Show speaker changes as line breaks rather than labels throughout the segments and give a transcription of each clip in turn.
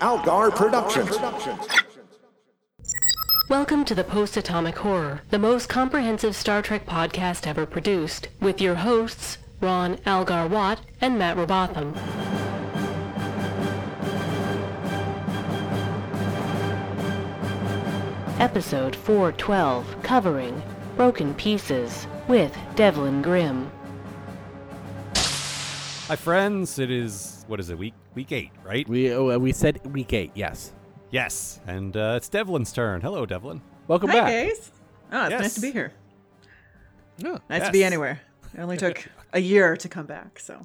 Algar Productions.
Welcome to the Post Atomic Horror, the most comprehensive Star Trek podcast ever produced, with your hosts, Ron Algar Watt and Matt Robotham. Episode 412 Covering Broken Pieces with Devlin Grimm.
Hi, friends. It is what is it? Week week eight, right?
We oh, uh, we said week eight, yes.
yes, and uh, it's Devlin's turn. Hello, Devlin.
Welcome
Hi
back.
guys. Oh, it's nice to be
Yes.
here.
Yeah.
Nice to be
Yes.
anywhere. It only took a year to come back, so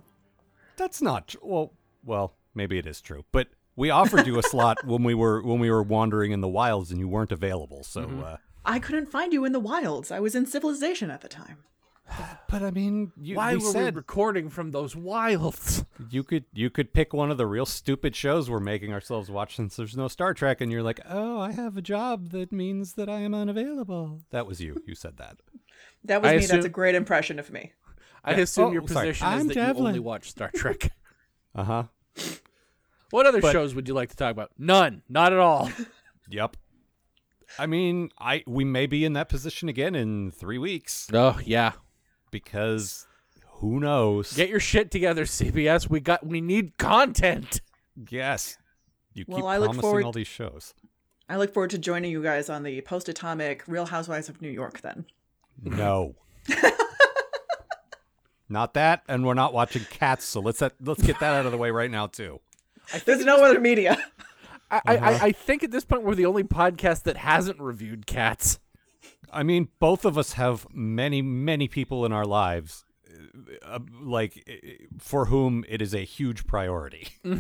That's not tr- well. Well, maybe it is true, but we offered you a slot when we were when we were wandering in the wilds and you weren't available. So,
Mm-hmm.
uh,
I couldn't find you in the wilds. I was in civilization at the time.
but I mean, you,
Why
we
were
said
we recording from those wilds?
you could you could pick one of the real stupid shows we're making ourselves watch since there's no Star Trek, and you're like, oh, I have a job that means that I am unavailable. That was you. You said that.
That was
I
me.
assume-
That's a great impression of me.
I
Yeah.
assume
Oh,
your
sorry.
position is
I'm
that you
Devlin.
only watch Star Trek.
Uh huh.
what other
But-
shows would you like to talk about? None. Not at all.
Yep. I mean, I we may be in that position again in three weeks
oh yeah.
because who knows?
Get your shit together, CBS. We got we need content.
yes, you keep
Well, I look
promising
forward-
all these shows.
I look forward to joining you guys on the post atomic Real Housewives of New York then.
No, not that, and we're not watching cats. So let's that, let's get that out of the way right now too.
There's no other media.
I, I I, I think at this point we're the only podcast that hasn't reviewed cats.
I mean, both of us have many many people in our lives, uh, like uh, for whom it is a huge priority.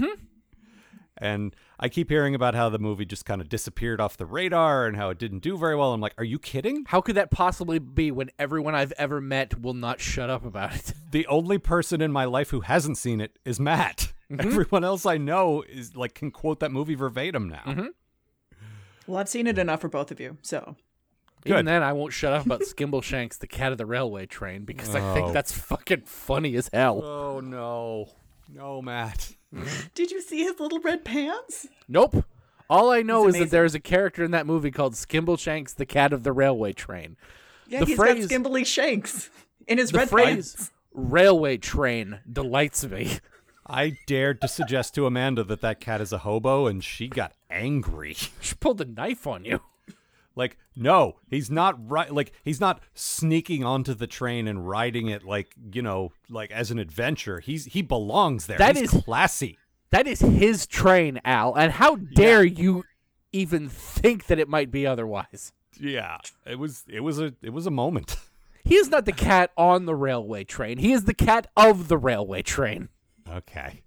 And I keep hearing about how the movie just kind of disappeared off the radar and how it didn't do very well. I'm like, are you kidding?
How could that possibly be when everyone I've ever met will not shut up about it?
The only person in my life who hasn't seen it is Matt. Everyone else I know is like can quote that movie verbatim now.
Well, I've seen it enough for both of you, so
Even
Good.
then, I won't shut up about Skimbleshanks, the cat of the railway train, because I
Oh.
think that's fucking funny as hell.
Oh no. No, Matt.
did you see his little red pants?
Nope. All I know
It's
is that there is a character in that movie called Skimbleshanks, the cat of the railway train.
Yeah,
The
he's
phrase-
got skimbly shanks in his
The
red
phrase
pants.
"railway train" delights me.
I dared to suggest to Amanda that that cat is a hobo and she got angry.
She pulled a knife on you.
Like, no, he's not right. Like, he's not sneaking onto the train and riding it like you know, like as an adventure. He's he belongs there.
That
he's
is-
classy.
That is his train, Al, and how dare you even think that it might be otherwise?
Yeah, it was it was a it was a moment.
He is not the cat on the railway train. He is the cat of the railway train.
Okay.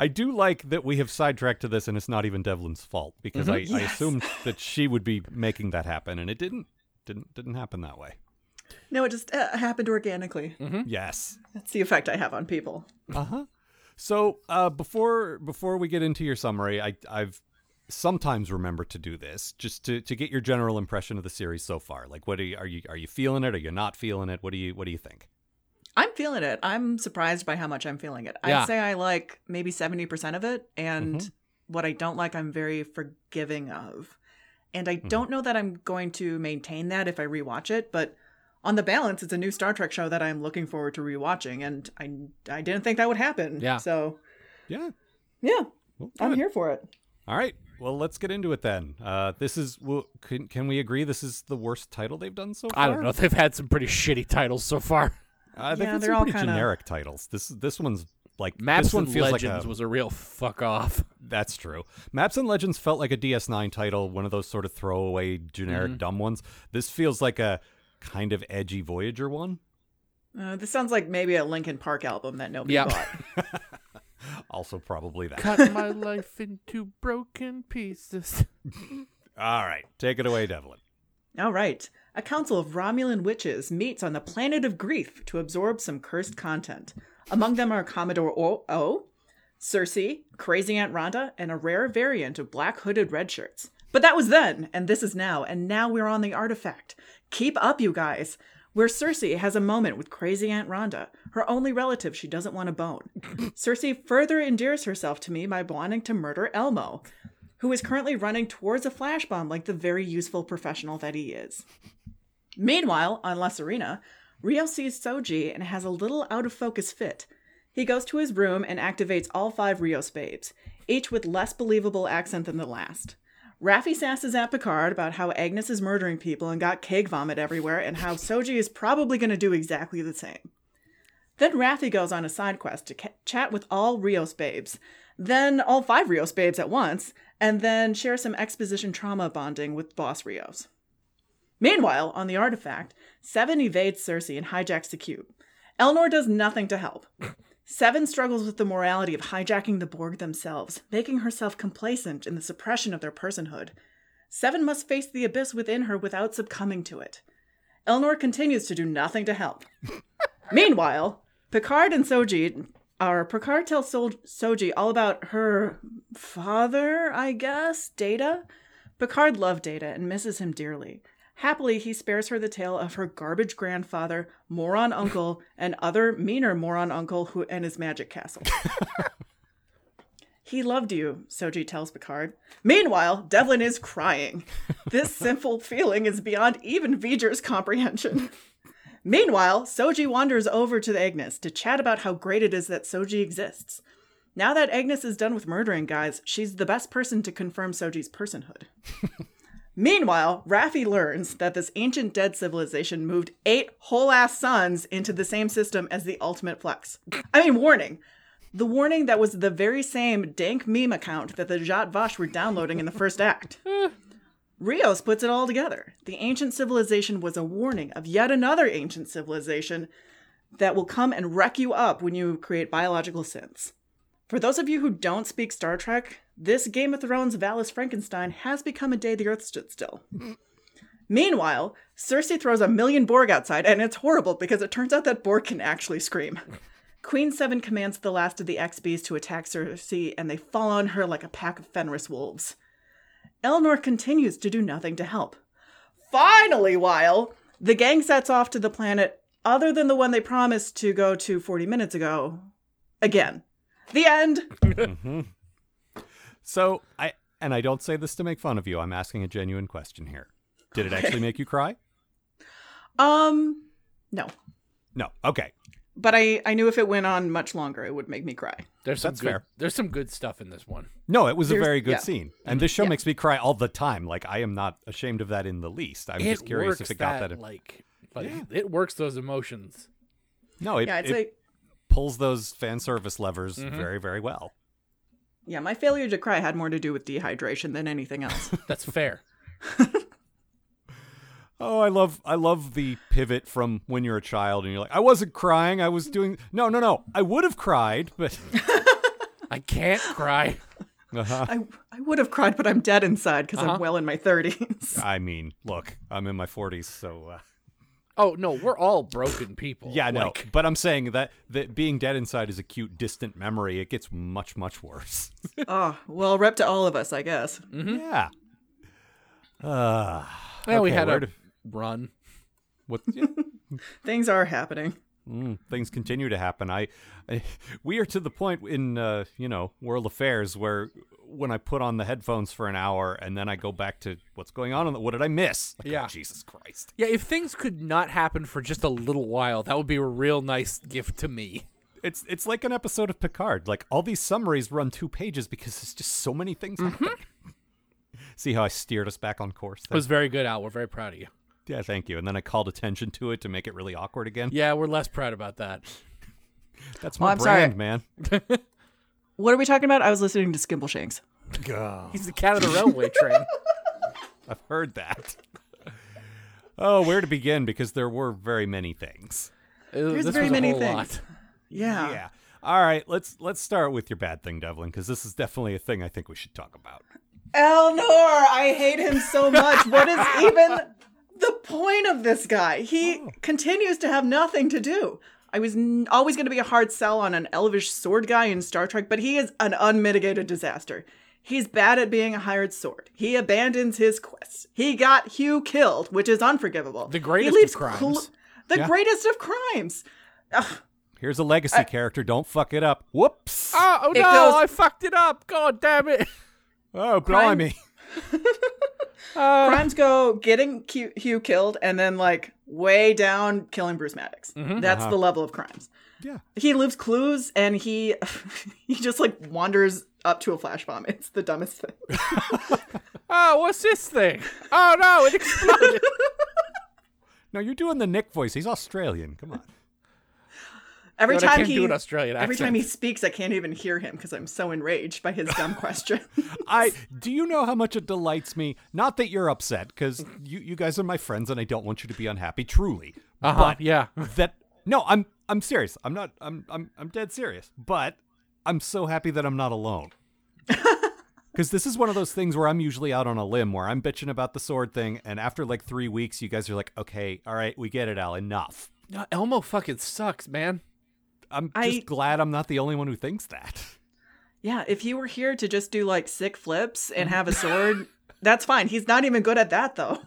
I do like that we have sidetracked to this, and it's not even Devlin's fault because I,
Mm-hmm.
I assumed that she would be making that happen, and it didn't didn't didn't happen that way.
No, it just uh, happened organically.
Mm. Mm-hmm.
Yes.
That's the effect I have on people.
Uh-huh. So uh, before before we get into your summary, I, I've sometimes remember to do this just to, to get your general impression of the series so far. Like, what are you, are you are you feeling it? Are you not feeling it? What do you what do you think?
I'm feeling it. I'm surprised by how much I'm feeling it.
Yeah. Mm-hmm.
I'd say I like maybe 70% of it. And what I don't like, I'm very forgiving of. And I
Mm-hmm.
don't know that I'm going to maintain that if I rewatch it. But on the balance, it's a new Star Trek show that I'm looking forward to rewatching. And I, I didn't think that would happen.
Yeah.
So,
Yeah.
yeah,
Well,
I'm
good.
here for it.
All right. Well, let's get into it then. Uh, this is well, can can we agree this is the worst title they've done so far?
I don't know. They've had some pretty shitty titles so far.
I think
Yeah,
it's
they're
some
all
pretty
kinda-
generic titles. This this one's like
Maps
this one
and
feels
Legends
like a,
was a real fuck off.
That's true. Maps and Legends felt like a DS9 title, one of those sort of throwaway,
Mm-hmm.
generic, dumb ones. This feels like a kind of edgy Voyager one.
Uh, this sounds like maybe a Linkin Park album that nobody
Yeah.
bought.
Also, probably that.
Cut my life into broken pieces.
All right, take it away, Devlin.
All right. A council of Romulan witches meets on the planet of grief to absorb some cursed content. Among them are Commodore O, o Cersei, Crazy Aunt Rhonda, and a rare variant of black hooded red shirts. But that was then, and this is now, and now we're on the artifact. Keep up, you guys. where Cersei has a moment with crazy Aunt Rhonda, her only relative she doesn't want to bone. Cersei further endears herself to me by wanting to murder Elmo, who is currently running towards a flash bomb like the very useful professional that he is. Meanwhile, on La Serena, Rio sees Soji and has a little out of focus fit. He goes to his room and activates all five Rio spades, each with less believable accent than the last. Raffi sasses at Picard about how Agnes is murdering people and got keg vomit everywhere, and how Soji is probably going to do exactly the same. Then Raffi goes on a side quest to ca- chat with all Rios babes, then all five Rios babes at once, and then share some exposition trauma bonding with Boss Rios. Meanwhile, on the artifact, Seven evades Cersei and hijacks the cube. Elnor does nothing to help. Seven struggles with the morality of hijacking the Borg themselves, making herself complacent in the suppression of their personhood. Seven must face the abyss within her without succumbing to it. Elnor continues to do nothing to help. Meanwhile, Picard and Soji are. Picard tells Sol- Soji all about her father, I guess, Data. Picard loved Data and misses him dearly. Happily, he spares her the tale of her garbage grandfather, moron uncle, and other meaner moron uncle who and his magic castle. he loved you, Soji tells Picard. Meanwhile, Devlin is crying. This simple feeling is beyond even V'ger's comprehension. Meanwhile, Soji wanders over to Agnes to chat about how great it is that Soji exists. Now that Agnes is done with murdering guys, she's the best person to confirm Soji's personhood. Meanwhile, Raffi learns that this ancient dead civilization moved eight whole ass suns into the same system as the ultimate flex. I mean, warning. The warning that was the very same dank meme account that the Jat Vash were downloading in the first act. Rios puts it all together. The ancient civilization was a warning of yet another ancient civilization that will come and wreck you up when you create biological synths. For those of you who don't speak Star Trek, this Game of Thrones Valis Frankenstein has become a day the Earth stood still. Meanwhile, Cersei throws a million Borg outside, and it's horrible because it turns out that Borg can actually scream. Queen Seven commands the last of the XBs to attack Cersei, and they fall on her like a pack of Fenris wolves. Elnor continues to do nothing to help. Finally, while the gang sets off to the planet other than the one they promised to go to 40 minutes ago, again. The end.
So I and I don't say this to make fun of you. I'm asking a genuine question here. Did it actually make you cry?
Um, no.
No. Okay.
But I, I knew if it went on much longer, it would make me cry.
There's some
That's
good,
fair.
There's some good stuff in this one.
No, it was a
There's-
very good
yeah.
scene. And this show
Yeah.
makes me cry all the time. Like I am not ashamed of that in the least. I'm
it
just curious if
works
it got that.
like, like it works those emotions.
no, it,
yeah, it's
it
like Mm-hmm.
pulls those fan service levers very, very well.
yeah, my failure to cry had more to do with dehydration than anything else.
That's fair.
Oh, I love I love the pivot from when you're a child and you're like, I wasn't crying, I was doing no, no, no. I would have cried, but
I can't cry.
Uh-huh.
I I would have cried, but I'm dead inside because
Uh-huh.
I'm well in my thirties.
I mean, look, I'm in my 40s, so uh,
Oh no, we're all broken people.
yeah, no.
Like,
But I'm saying that that being dead inside is a cute, distant memory. It gets much, much worse.
oh well, rep to all of us, I guess.
Mm.
Mm-hmm.
Yeah. Uh,
well, we
okay,
had
where
a
do-
run.
what yeah,
Things are happening.
mm, things continue to happen. I, I we are to the point in uh, you know world affairs where when I put on the headphones for an hour and then I go back to what's going on. In the, what did I miss? Like, oh,
Yeah.
Jesus Christ.
Yeah, if things could not happen for just a little while, that would be a real nice gift to me.
It's it's like an episode of Picard. Like all these summaries run two pages because there's just so many things happening. See how I steered us back on course?
It
there?
was very good, Al. We're very proud of you.
yeah, thank you. And then I called attention to it to make it really awkward again.
Yeah, we're less proud about that.
That's
Oh,
my
I'm sorry.
brand, man.
What are we talking about? I was listening to Skimbleshanks.
He's the cat of the railway train.
I've heard that. Oh, where to begin? Because there were very many things.
There's
very many things.
Yeah.
Yeah.
All right, let's let's start with your bad thing, Devlin, because this is definitely a thing I think we should talk about.
Elnor, I hate him so much. What is even the point of this guy? He
Oh.
continues to have nothing to do. I was n- always going to be a hard sell on an elvish sword guy in Star Trek, but he is an unmitigated disaster. He's bad at being a hired sword. He abandons his quest. He got Hugh killed, which is unforgivable.
The greatest
he leaves
of crimes.
The
Yeah.
greatest of crimes. Ugh,
Here's a legacy character. Don't fuck it up. Whoops.
Oh, oh
It
no,
goes-
I fucked it up. God damn it.
oh,
crime-
blimey.
Uh,
crimes go getting Q- Hugh killed and then like way down killing Bruce Maddox.
Mm-hmm.
That's the level of crimes.
Yeah.
He leaves clues and he he just like wanders up to a flash bomb. It's the dumbest thing.
oh, what's this thing? Oh no, it exploded.
No, you're doing the Nick voice. He's Australian. Come on.
Every
God, I
time
can't
he
do an Australian
every
accent.
time he speaks, I can't even hear him because I'm so enraged by his dumb question.
I do you know how much it delights me? Not that you're upset, because you, you guys are my friends and I don't want you to be unhappy, truly.
Uh-huh, yeah.
That no, I'm I'm serious. I'm not I'm I'm I'm dead serious. But I'm so happy that I'm not alone. Cause this is one of those things where I'm usually out on a limb where I'm bitching about the sword thing, and after like three weeks you guys are like, Okay, all right, we get it, Al, enough.
No, Elmo fucking sucks, man.
I'm
I-
just glad I'm not the only one who thinks that.
yeah, if he were here to just do like sick flips
Mm-hmm.
and have a sword, that's fine. He's not even good at that though.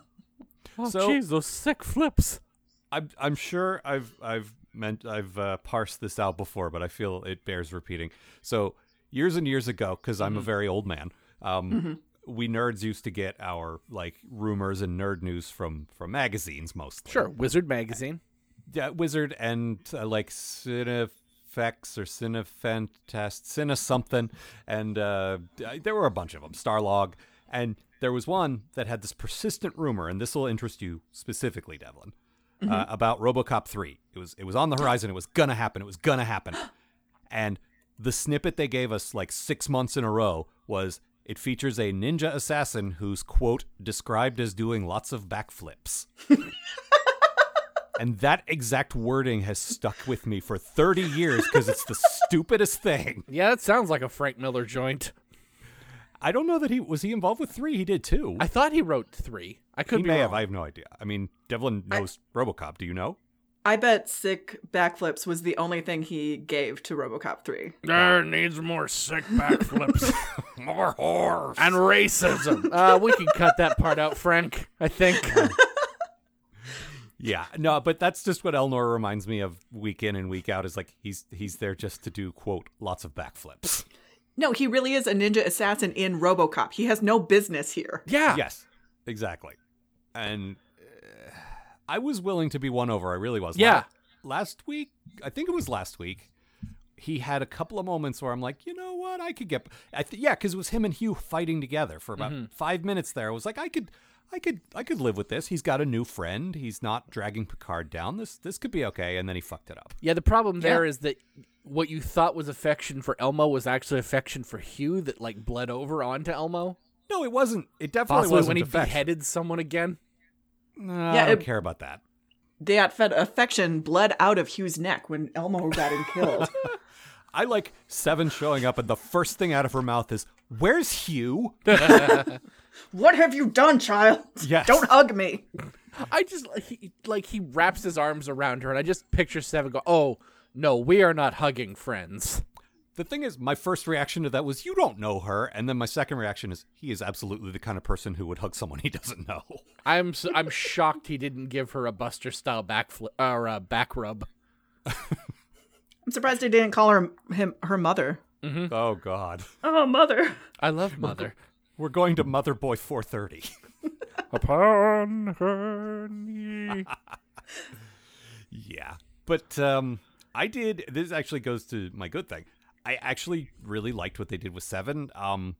Oh,
So-
jeez, those sick flips.
I'm I'm sure I've I've meant I've uh, parsed this out before, but I feel it bears repeating. So years and years ago, because I'm a very old man, um, we nerds used to get our like rumors and nerd news from from magazines mostly.
Sure, Wizard Magazine.
yeah, Wizard and uh, like Cinefex or Cinefantast, Cine something, and uh, I- there were a bunch of them. Starlog, and there was one that had this persistent rumor, and this will interest you specifically, Devlin, uh, about RoboCop three. It was it was on the horizon. It was gonna happen. It was gonna happen, and the snippet they gave us like six months in a row was. It features a ninja assassin who's, quote, described as doing lots of backflips. And that exact wording has stuck with me for 30 years because it's the stupidest thing.
Yeah, that sounds like a Frank Miller joint.
I don't know that he was he involved with three. He did two.
I thought he wrote three. I could
he
be
may
wrong.
have. I have no idea. I mean, Devlin knows RoboCop. Do you know?
I bet sick backflips was the only thing he gave to RoboCop 3.
There needs more sick backflips
More horror.
and racism. Uh, we can cut that part out, Frank. I think.
Yeah, no, but that's just what Elnor reminds me of week in and week out. Is like he's he's there just to do quote lots of backflips.
No, he really is a ninja assassin in RoboCop. He has no business here.
yeah.
Yes, exactly. And uh, I was willing to be won over. I really was.
Yeah.
Last, last week, I think it was last week, he had a couple of moments where I'm like, you know what, I could get. I th- yeah, because it was him and Hugh fighting together for about
Mm-hmm.
five minutes there. I was like, I could. I could I could live with this. He's got a new friend. He's not dragging Picard down. This this could be okay. And then he fucked it up.
Yeah, the problem there is that what you thought was affection for Elmo was actually affection for Hugh that like bled over onto Elmo.
No, it wasn't. It definitely
Possibly
wasn't
when he
affection.
beheaded someone again.
No,
Yeah,
I don't
it-
care about that.
That fed affection bled out of Hugh's neck when Elmo got him killed.
I like Seven showing up, and the first thing out of her mouth is, "Where's Hugh?"
what have you done, child?
Yes.
Don't hug me.
I just like he, like he wraps his arms around her, and I just picture Seven go, "Oh no, we are not hugging friends."
The thing is, my first reaction to that was, you don't know her. And then my second reaction is, he is absolutely the kind of person who would hug someone he doesn't know.
I'm s am shocked he didn't give her a Buster style backflip or a back rub.
I'm surprised they didn't call her him her mother.
Oh, God.
Oh, mother.
I love mother.
We're going to Mother Boy 430.
Upon her knee.
yeah. But um, I did, this actually goes to my good thing. I actually really liked what they did with Seven. Um,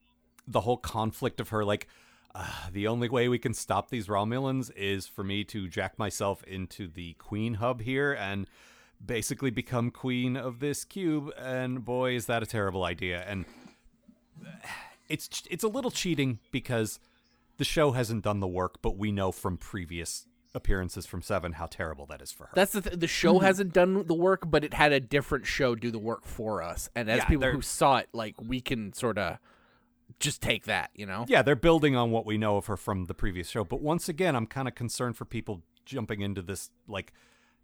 the whole conflict of her, like, uh, the only way we can stop these Romulans is for me to jack myself into the queen hub here and basically become queen of this cube. And boy, is that a terrible idea. And it's it's a little cheating because the show hasn't done the work, but we know from previous appearances from Seven how terrible that is for her.
That's the th- the show
Mm-hmm.
hasn't done the work, but it had a different show do the work for us. And as
Yeah,
people
they're-
who saw it, like we can sort of just take that, you know.
yeah, they're building on what we know of her from the previous show. But once again, I'm kind of concerned for people jumping into this like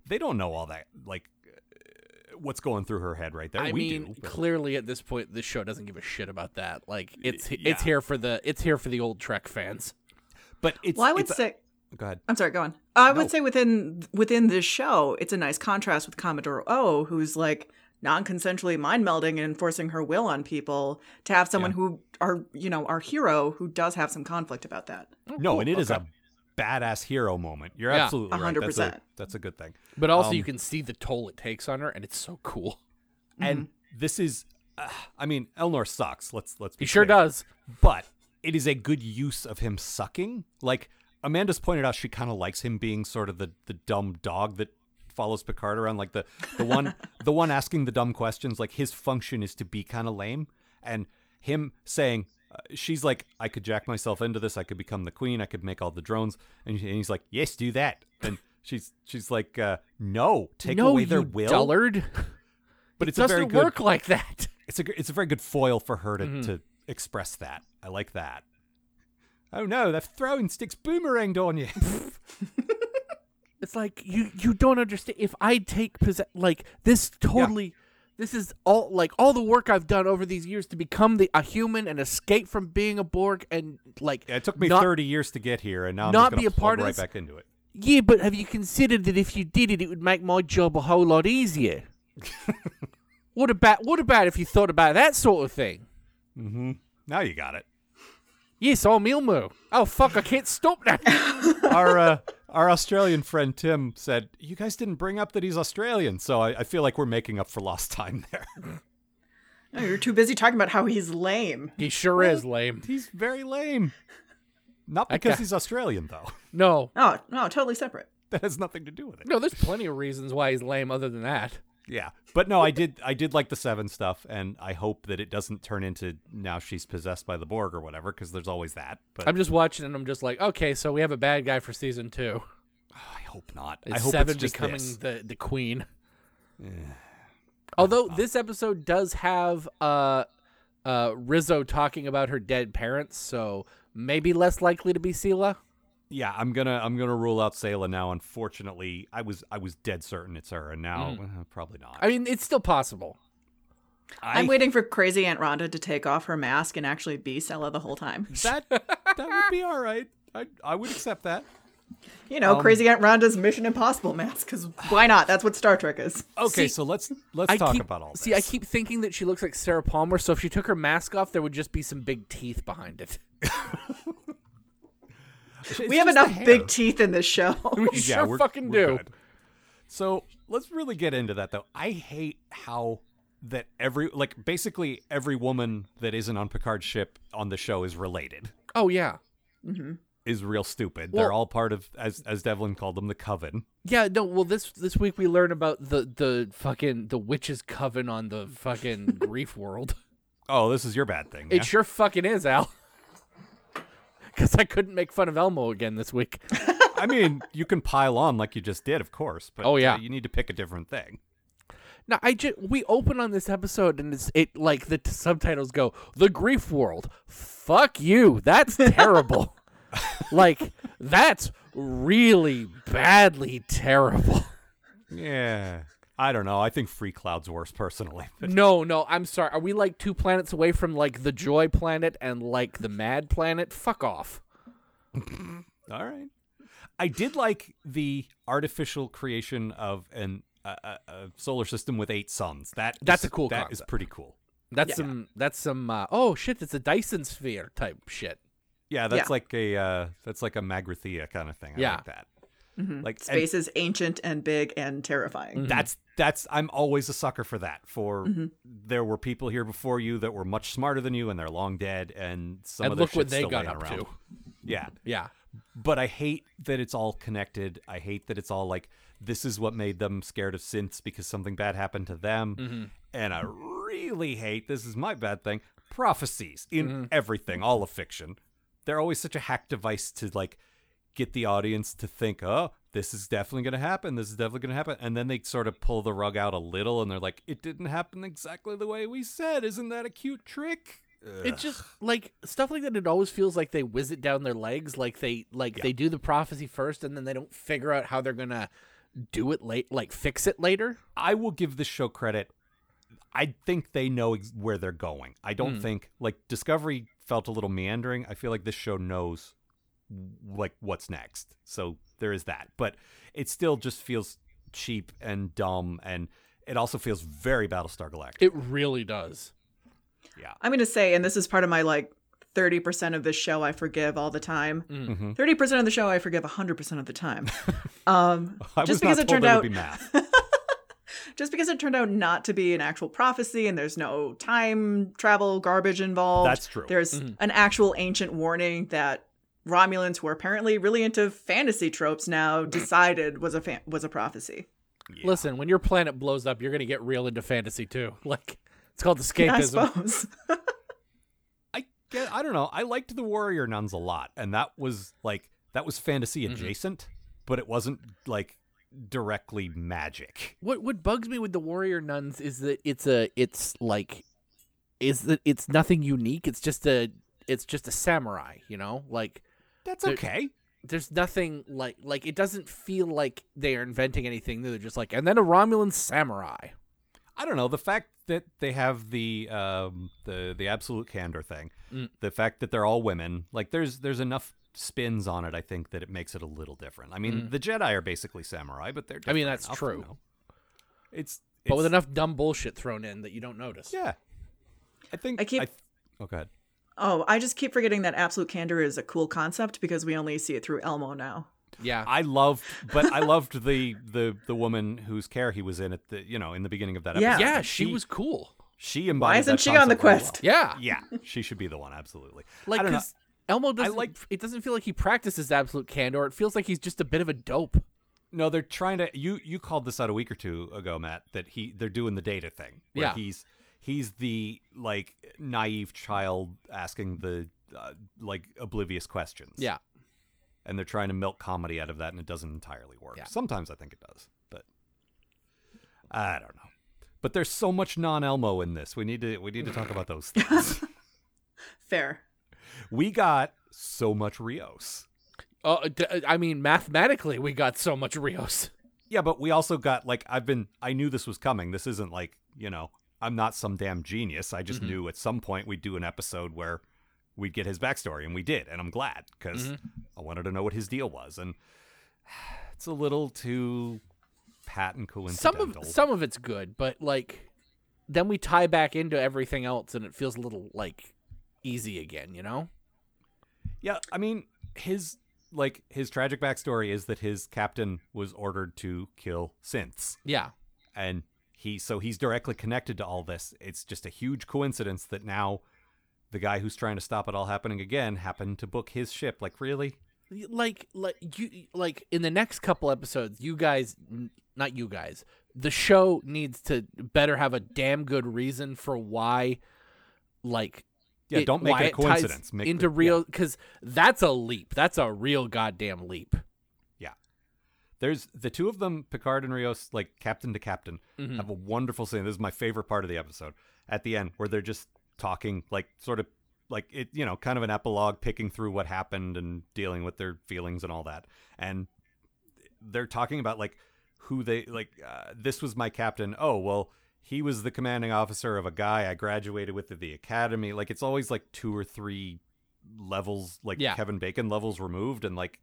they don't know all that like uh, what's going through her head right there.
I
we
mean,
do. but-
clearly at this point, the show doesn't give a shit about that. Like it's
Y-
it's
yeah.
here for the it's here for the old Trek fans.
But it's
Well, I would
it's a-
say
Go ahead.
I'm sorry, go on. I
No.
would say within within this show, it's a nice contrast with Commodore O, who's like non-consensually mind melding and enforcing her will on people to have someone
Yeah.
who are you know our hero who does have some conflict about that.
No, and it is
Oh, okay.
a badass hero moment. You're
Yeah.
absolutely right. That's a,
100%.
that's a good thing.
But also,
Um,
you can see the toll it takes on her, and it's so cool.
And
Mm-hmm.
this is, uh, I mean, Elnor sucks. Let's let's. Be
He sure
clear.
does.
but it is a good use of him sucking. Like Amanda's pointed out, she kind of likes him being sort of the the dumb dog that follows Picard around, like the the one the one asking the dumb questions. Like his function is to be kind of lame, and him saying. Uh, she's like, I could jack myself into this. I could become the queen. I could make all the drones. And, he- and he's like, Yes, do that. And she's she's like, uh, No, take
no,
away their
you
will.
dullard.
But
It
it's a very
doesn't
good
work like that.
it's a gr- it's a very good foil for her to,
Mm-hmm.
to express that. I like that. Oh no, that throwing sticks boomeranged on you.
It's like you you don't understand. If I take possess, like this totally, this is all like all the work I've done over these years to become the a human and escape from being a Borg and like
Yeah, it took me
not-
thirty years to get here, and now I'm just
not
gonna
be a
plug
part of
right
this?
back into it.
Yeah, but have you considered that if you did it, it would make my job a whole lot easier? what about what about if you thought about that sort of thing?
Mm-hmm. Now you got it.
Yes, I'm Ilmu. Oh fuck, I can't stop now.
Our uh, our Australian friend Tim said you guys didn't bring up that he's Australian, so I, I feel like we're making up for lost time there.
No, you're too busy talking about how he's lame.
he sure is lame.
he's very lame. Not
That
because
guy-
he's Australian though.
No,
Oh no, totally separate.
That has nothing to do with it.
no, there's plenty of reasons why he's lame other than that.
Yeah, but no, I did. I did like the seven stuff, and I hope that it doesn't turn into now she's possessed by the Borg or whatever, because there's always that. But
I'm just watching and I'm just like, okay, so we have a bad guy for season two.
I hope not.
Is
I hope
Seven
it's just
becoming
this.
the the queen.
Uh,
Although this episode does have uh, uh, Rizzo talking about her dead parents, so maybe less likely to be Sela.
Yeah, I'm gonna I'm gonna rule out Sayla now. Unfortunately, I was I was dead certain it's her, and now eh, probably not.
I mean, it's still possible.
I,
I'm waiting for crazy Aunt Rhonda to take off her mask and actually be Stella the whole time.
that that would be all right. I I would accept that.
You
um,
know, crazy Aunt Rhonda's Mission Impossible mask because why not? That's what Star Trek is.
Oh, Okay,
See,
so let's let's
I
talk
keep,
about all this.
See, I keep thinking that she looks like Sarah Palmer, so if she took her mask off, there would just be some big teeth behind it.
It's
we have
just the
enough big
hair.
teeth in this show.
We
yeah,
sure
we're,
fucking
we're
do.
good. So let's really get into that though. I hate how that every like basically every woman that isn't on Picard's ship on the show is related.
Oh yeah,
Is real stupid. They're
Well-
all part of as as Devlin called them the coven.
yeah. No, well this this week we learn about the the fucking the witches coven on the fucking grief world.
Oh, this is your bad thing. yeah?
It sure fucking is, Al. Because I couldn't make fun of Elmo again this week.
I mean, you can pile on like you just did, of course, but
Oh, yeah.
uh, you need to pick a different thing.
No, I just we open on this episode and it's it like the t- subtitles go the grief world. Fuck you. That's terrible. like that's really badly terrible.
Yeah. I don't know. I think Free Cloud's worse personally. But
No, no, I'm sorry. Are we like two planets away from like the joy planet and like the mad planet? Fuck off.
All right. I did like the artificial creation of an a, a, a solar system with eight suns. That
That's
is-
a cool
That is
concept.
pretty cool.
That's some that's some uh, oh shit, it's a Dyson sphere type shit.
Yeah, that's
Yeah.
like a uh, that's like a Magrathea kind of thing. I
Yeah.
like that. Like and
Mm-hmm. Space is ancient and big and terrifying.
Mm-hmm.
That's that's I'm always a sucker for that. For
Mm-hmm.
there were people here before you that were much smarter than you, and they're long dead, and some
And
of their
look what
shit's
they
still
got
laying
up
around.
to.
Yeah,
Yeah.
but I hate that it's all connected. I hate that it's all like this is what made them scared of synths because something bad happened to them. And I really hate this is my bad thing. Prophecies in everything, all of fiction. They're always such a hack device to like get the audience to think, "Oh, this is definitely going to happen. This is definitely going to happen." And then they sort of pull the rug out a little and they're like, "It didn't happen exactly the way we said. Isn't that a cute trick?"
It's just like stuff like that. It always feels like they whiz it down their legs. Like they like they do the prophecy first, and then they don't figure out how they're gonna do it late, like fix it later.
I will give this show credit. I think they know ex- where they're going. I don't think like Discovery felt a little meandering. I feel like this show knows like what's next. So there is that, but it still just feels cheap and dumb, and it also feels very Battlestar Galactica.
It really does.
I'm going to say, and this is part of my like 30% of this show I forgive all the time.
Mm-hmm.
30% of the show I forgive 100% of the time. um,
I
just
was not
because
told
it turned
there
out
would be math.
just because it turned out not to be an actual prophecy and there's no time travel garbage involved.
That's true.
There's an actual ancient warning that Romulans who are apparently really into fantasy tropes now
Mm-hmm.
decided was a fan- was a prophecy.
Listen, when your planet blows up, you're gonna get real into fantasy too. Like it's called
I
escapism.
suppose.
I get, I don't know. I liked the Warrior Nuns a lot, and that was like that was fantasy adjacent, but it wasn't like directly magic.
what what bugs me with the warrior nuns is that it's a it's like is that it's nothing unique. It's just a it's just a samurai. You know, like
That's
There-
okay.
there's nothing like like it doesn't feel like they are inventing anything new. They're just like and then a Romulan samurai.
I don't know the fact that they have the um, the the absolute candor thing,
Mm.
the fact that they're all women. Like there's there's enough spins on it. I think that it makes it a little different. I mean, the Jedi are basically samurai, but they're
Mm. I mean,
different
that's
enough,
true.
you know? It's,
But with
it's-
enough dumb bullshit thrown in that you don't notice.
yeah. I think
I keep-
oh, go ahead.
oh, I just keep forgetting that absolute candor is a cool concept because we only see it through Elmo now.
Yeah.
I loved, but I loved the the the woman whose care he was in at the you know in the beginning of that
Yeah.
episode.
yeah,
Like,
she, was cool.
She embodied.
Why isn't
that
she on the
concept really
quest?
Yeah.
well. Yeah, she should be the one. Absolutely.
Like
I don't know.
'cause Elmo doesn't
like-
it doesn't feel like he practices absolute candor. It feels like he's just a bit of a dope.
No, they're trying to. You you called this out a week or two ago, Matt. That he they're doing the data thing. where
Yeah.
He's he's the like naive child asking the uh, like oblivious questions.
Yeah.
And they're trying to milk comedy out of that, and it doesn't entirely work.
Yeah.
Sometimes I think it does, but I don't know. But there's so much non Elmo in this. We need to we need to talk about those things.
Fair.
we got so much Rios.
Uh, d- I mean, mathematically, we got so much Rios.
Yeah, but we also got like I've been I knew this was coming. This isn't like, you know, I'm not some damn genius. I
Mm-hmm.
just knew at some point we'd do an episode where we'd get his backstory and we did, and I'm glad because
Mm-hmm.
I wanted to know what his deal was and it's a little too patent
Some
coincidental.
of some of it's good, but like, then we tie back into everything else, and it feels a little like easy again. You know?
Yeah, I mean his like his tragic backstory is that his captain was ordered to kill synths.
Yeah.
and he so he's directly connected to all this. It's just a huge coincidence that now the guy who's trying to stop it all happening again happened to book his ship. Like really?
like like you like in the next couple episodes you guys n- not you guys the show needs to better have a damn good reason for why like
Yeah, don't make
why
it a
ties
coincidence. Make
into
the-
real because that's a leap that's a real goddamn leap
There's the two of them, Picard and Rios, like captain to captain,
Mhm.
have a wonderful scene. This is my favorite part of the episode at the end where they're just talking, like sort of like it, you know, kind of an epilogue, picking through what happened and dealing with their feelings and all that. And they're talking about like who they like. Uh, this was my captain. Oh well, he was the commanding officer of a guy I graduated with at the academy. Like it's always like two or three levels, like
Yeah.
Kevin Bacon levels removed, and like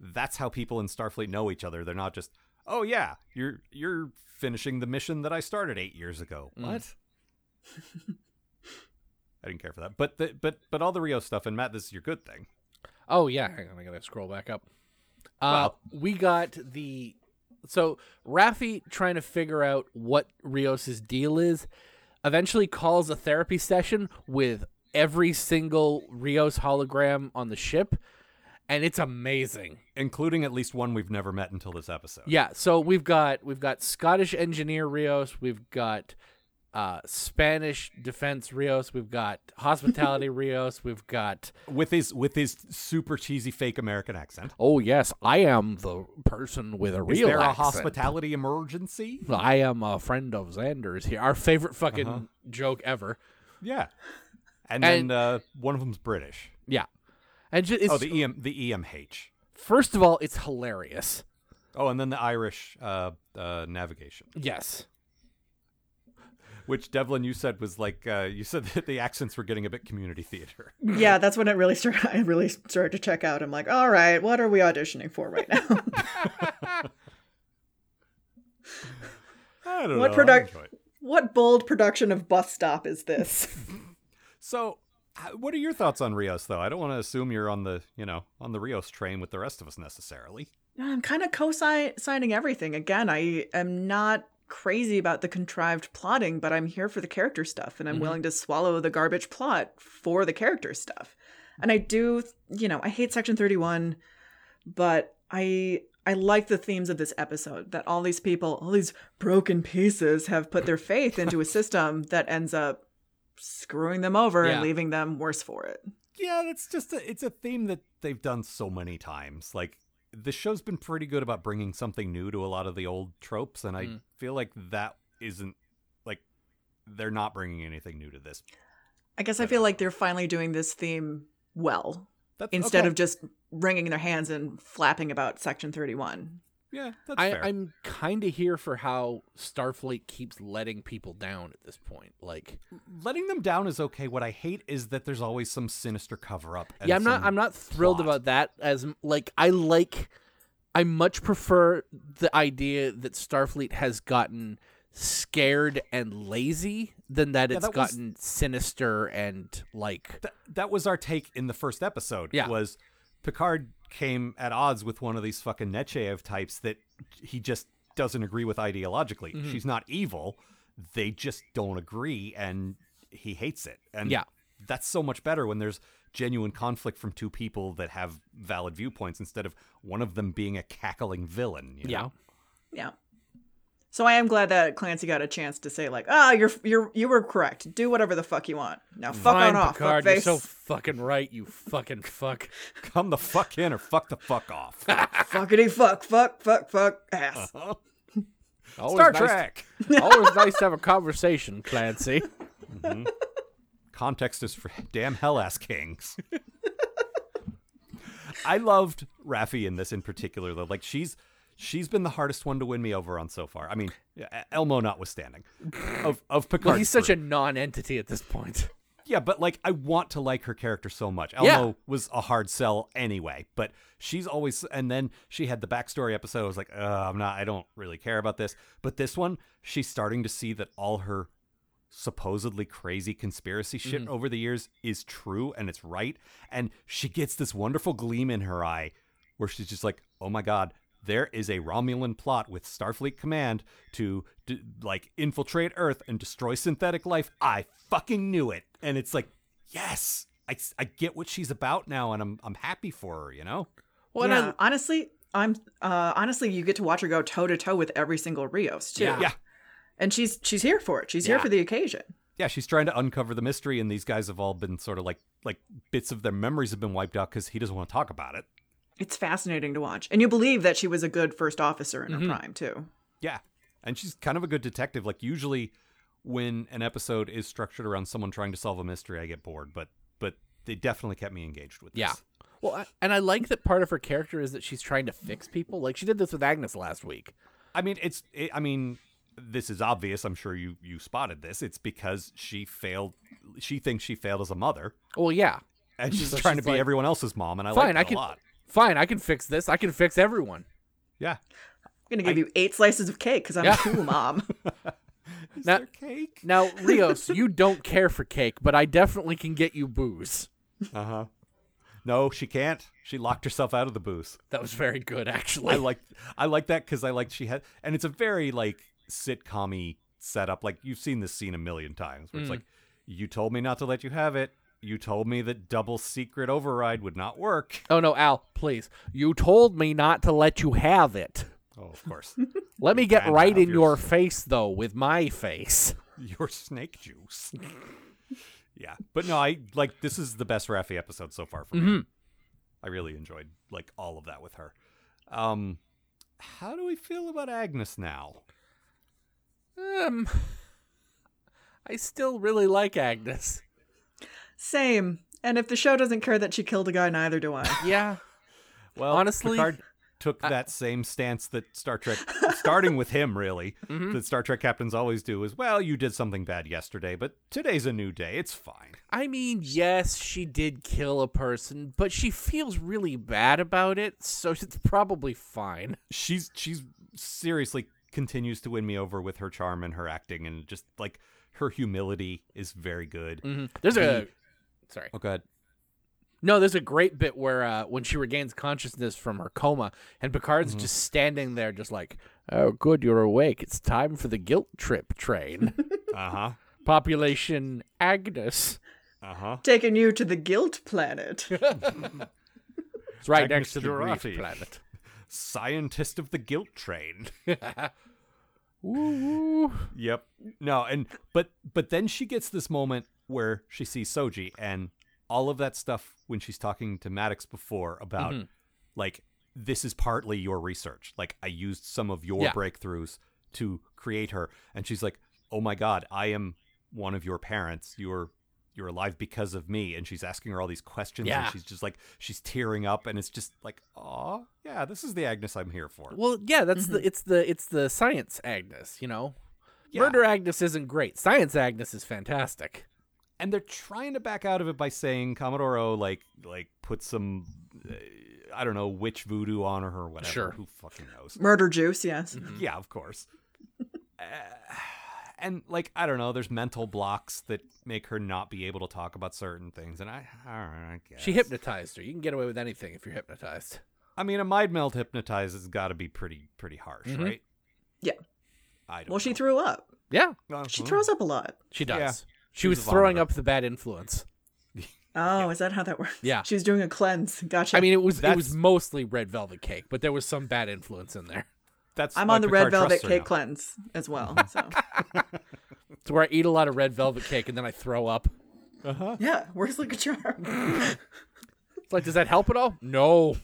that's how people in Starfleet know each other. They're not just, oh yeah, you're you're finishing the mission that I started eight years ago.
Mm.
What? I didn't care for that. But the but but all the Rio stuff and Matt, this is your good thing.
oh yeah hang on i gotta scroll back up uh we got the so rafi trying to figure out what rios's deal is eventually calls a therapy session with every single Rios hologram on the ship, and it's amazing.
Including at least one we've never met until this episode.
Yeah, so we've got we've got Scottish engineer Rios, we've got uh, Spanish defense Rios, we've got hospitality Rios, we've got
With his with his super cheesy fake American accent.
oh yes, I am the person with a
Is
real
there a
accent.
hospitality emergency?
I am a friend of Xander's here. Our favorite fucking
Uh-huh.
joke ever.
Yeah. And,
And-
then uh, one of them's British.
Yeah, and just, it's,
Oh, the EM the EMH.
first of all, it's hilarious.
Oh, and then the Irish uh, uh, navigation.
Yes.
Which Devlin, you said was like uh, you said that the accents were getting a bit community theater.
Yeah, that's when it really started. I really started to check out. I'm like, all right, what are we auditioning for right now?
I don't
What
know. I
product-
enjoy it.
what bold production of bus stop is this?
So, h- what are your thoughts on Rios though? I don't want to assume you're on the you know on the Rios train with the rest of us necessarily.
I'm kind of co-signing everything. Again, I am not crazy about the contrived plotting, but I'm here for the character stuff, and I'm willing to swallow the garbage plot for the character stuff. And I do, you know, I hate Section Thirty-One, but I I like the themes of this episode. That all these people, all these broken pieces, have put their faith into a system that ends up screwing them over
Yeah.
and leaving them worse for it.
Yeah, that's just a, it's a theme that they've done so many times. Like the show's been pretty good about bringing something new to a lot of the old tropes, and I
Mm.
feel like that isn't like they're not bringing anything new to this.
I guess I feel like they're finally doing this theme well.
That's,
instead
okay.
of just wringing their hands and flapping about Section 31.
yeah, that's
I,
fair.
I'm kind of here for how Starfleet keeps letting people down at this point. Like,
Letting them down is okay. What I hate is that there's always some sinister cover up.
yeah, I'm not. I'm not thrilled
plot.
about that. As m- like, I like. I much prefer the idea that Starfleet has gotten scared and lazy than that
Yeah,
it's
that was-
gotten sinister and like.
Th- that was our take in the first episode.
Yeah.
was Picard came at odds with one of these fucking Nechayev types that he just doesn't agree with ideologically.
Mm-hmm.
She's not evil; they just don't agree, and he hates it. And
Yeah.
that's so much better when there's genuine conflict from two people that have valid viewpoints instead of one of them being a cackling villain. you
Yeah.
know?
Yeah. So I am glad that Clancy got a chance to say like, "Ah, you're you're you were correct. Do whatever the fuck you want. Now fuck
Fine,
on off,
Picard,
fuckface."
you're so fucking right. You fucking fuck.
come the fuck in or fuck the fuck off.
Fuckity fuck, fuck, fuck, fuck ass.
Uh-huh. Always
Star
nice-
Trek.
always nice to have a conversation, Clancy.
context is for damn hell ass kings. I loved Raffi in this in particular though. Like she's she's been the hardest one to win me over on so far. I mean, yeah, Elmo notwithstanding, of of Picard.
Well, he's such a non-entity at this point.
yeah, but like I want to like her character so much. Elmo
Yeah.
was a hard sell anyway, but she's always and then she had the backstory episode. I was like, uh, I'm not. I don't really care about this. But this one, she's starting to see that all her supposedly crazy conspiracy shit over the years is true and it's right. And she gets this wonderful gleam in her eye where she's just like, oh my God, there is a Romulan plot with Starfleet Command to d- like infiltrate Earth and destroy synthetic life. I fucking knew it. And it's like, yes. I, s- I get what she's about now, and I'm I'm happy for her, you know.
Well,
yeah, honestly, I'm uh honestly, you get to watch her go toe to toe with every single Rios too.
Yeah.
Yeah,
And she's she's here for it. She's here
Yeah.
for the occasion.
yeah. She's trying to uncover the mystery, and these guys have all been sort of like like bits of their memories have been wiped out because he doesn't want to talk about it.
It's fascinating to watch. And you believe that she was a good first officer in
Mm-hmm.
her prime too.
Yeah. And she's kind of a good detective. Like usually when an episode is structured around someone trying to solve a mystery, I get bored, but but they definitely kept me engaged with this.
yeah. Well, I, and I like that part of her character is that she's trying to fix people. Like she did this with Agnes last week.
I mean, it's it, I mean, this is obvious. I'm sure you you spotted this. It's because she failed she thinks she failed as a mother
Well, yeah.
and she's
So
trying
she's
to be
like,
everyone else's mom and I like
fine,
that
I can.
a lot.
Fine, I can fix this. I can fix everyone.
Yeah.
I'm gonna give you eight slices of cake because I'm
Yeah.
cool, mom.
Is
Now-
there cake?
Now, Rios, you don't care for cake, but I definitely can get you booze.
Uh-huh. No, she can't. She locked herself out of the booth.
That was very good, actually.
I like I like that because I like she had, and it's a very like sitcom-y setup. Like you've seen this scene a million times, where it's like, you told me not to let you have it. You told me that double secret override would not work.
Oh no, Al, please. You told me not to let you have it.
Oh, of course,
Let me get
can
right
have
in your
yours.
face, though, with my face.
your snake juice. yeah, but no, I like this is the best Raffi episode so far for me. I really enjoyed like all of that with her. Um, how do we feel about Agnes now?
Um, I still really like Agnes.
Same. And if the show doesn't care that she killed a guy, neither do I.
Yeah.
Well,
Honestly-
Picard, took that same stance that Star Trek, starting with him, really, that Star Trek captains always do is, well, you did something bad yesterday, but today's a new day. It's fine.
I mean, yes, she did kill a person, but she feels really bad about it, so it's probably fine.
She's she's seriously continues to win me over with her charm and her acting and just like her humility is very good.
There's a sorry.
Oh god.
No, there's a great bit where uh, when she regains consciousness from her coma, and Picard's just standing there, just like, "Oh, good, you're awake. It's time for the guilt trip train."
Uh-huh.
Population Agnes.
Uh-huh.
Taking you to the guilt planet.
It's right
Agnes
next to the grief
Jurati.
planet.
Scientist of the guilt train.
Ooh.
Yep. No, and but but then she gets this moment where she sees Soji and all of that stuff when she's talking to Maddox before about
Mm-hmm.
like this is partly your research. Like I used some of your
Yeah.
breakthroughs to create her and she's like, "Oh my god, I am one of your parents. You're you're alive because of me." And she's asking her all these questions
Yeah.
and she's just like she's tearing up and it's just like, "Oh, yeah, this is the Agnes I'm here for."
Well, yeah, that's the it's the it's the science Agnes, you know.
Mm-hmm. Yeah.
Murder Agnes isn't great. Science Agnes is fantastic.
and they're trying to back out of it by saying Commodore O like like put some uh, I don't know witch voodoo on her or whatever.
Sure.
who fucking knows?
Murder juice, yes.
Yeah, of course. Uh, and like I don't know, there's mental blocks that make her not be able to talk about certain things. And I, I don't know, I guess
She hypnotized her. You can get away with anything if you're hypnotized.
I mean, a mind meld hypnotized has got to be pretty pretty harsh,
Mhm.
right?
Yeah.
I don't.
Mm-hmm. Well, she threw up.
Yeah,
know.
She
Uh-huh.
throws up a lot.
she does.
Yeah.
She,
She
was,
was a
throwing
vomiter.
up the bad influence.
Oh, is that how that works?
Yeah.
She was doing a cleanse. Gotcha.
I mean, it was it was
That's-
mostly red velvet cake, but there was some bad influence in there.
That's
I'm
why
on the
Picard
red velvet
trusts her
cake
now.
cleanse as well. So
It's where I eat a lot of red velvet cake and then I throw up.
yeah, works like a charm.
It's like, does that help at all? No,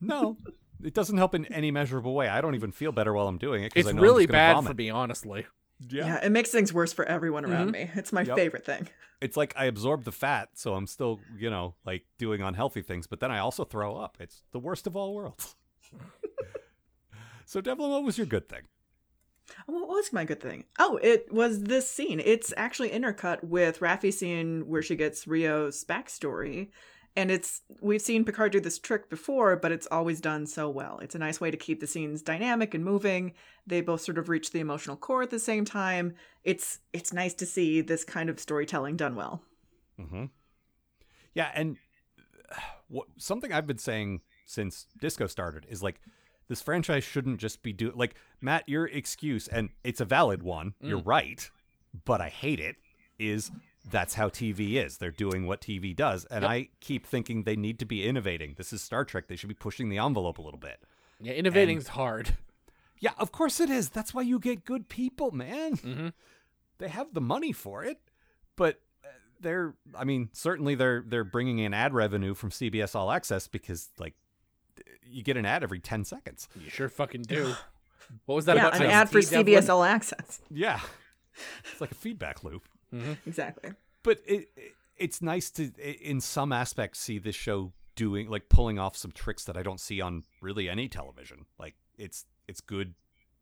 No. It doesn't help in any measurable way. I don't even feel better while I'm doing it. 'cause
it's
I know I'm
really
just gonna
bad
vomit.
for me, honestly.
Yeah. it makes things worse for everyone around me. It's my
Yep.
favorite thing.
it's like I absorb the fat, so I'm still, you know, like doing unhealthy things, but then I also throw up. It's the worst of all worlds. so, Devlin, what was your good thing?
What was my good thing? Oh, it was this scene. It's actually intercut with Raffi's scene where she gets Rio's backstory. And it's we've seen Picard do this trick before, but it's always done so well. It's a nice way to keep the scenes dynamic and moving. They both sort of reach the emotional core at the same time. It's it's nice to see this kind of storytelling done well.
Mm-hmm. Yeah, and uh, what, something I've been saying since Disco started is like this franchise shouldn't just be do like Matt, your excuse, and it's a valid one. You're right, but I hate it. Is that's how TV is. They're doing what TV does, and I keep thinking they need to be innovating. This is Star Trek. They should be pushing the envelope a little bit.
Yeah, innovating's hard.
Yeah, of course it is. That's why you get good people, man. They have the money for it, but uh, they're I mean, certainly they're they're bringing in ad revenue from CBS All Access because like you get an ad every 10 seconds.
You sure fucking do. What was that
yeah,
about?
an
IMT,
ad for
Devlin?
CBS All Access.
Yeah. It's like a feedback loop.
Exactly.
But it, it it's nice to i- in some aspects see this show doing like pulling off some tricks that I don't see on really any television. Like it's it's good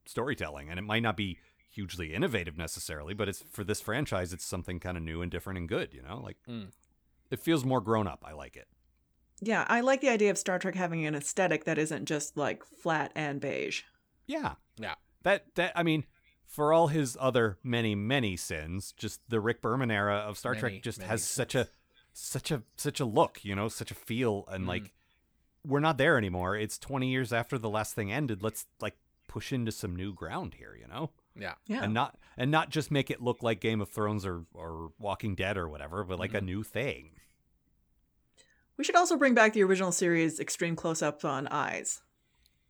storytelling and it might not be hugely innovative necessarily but it's for this franchise it's something kind of new and different and good you know like
Mm.
it feels more grown up i like it
Yeah, I like the idea of Star Trek having an aesthetic that isn't just like flat and beige.
yeah
Yeah.
that that i mean for all his other many many sins just the rick berman era of star
Many,
trek just
many
has such a such a such a look you know such a feel and
Mm-hmm.
like we're not there anymore it's 20 years after the last thing ended let's like push into some new ground here you know
Yeah.
Yeah.
and not and not just make it look like Game of Thrones or or Walking Dead or whatever, but like a
Mm-hmm.
new thing.
we should also bring back the original series extreme close ups on eyes.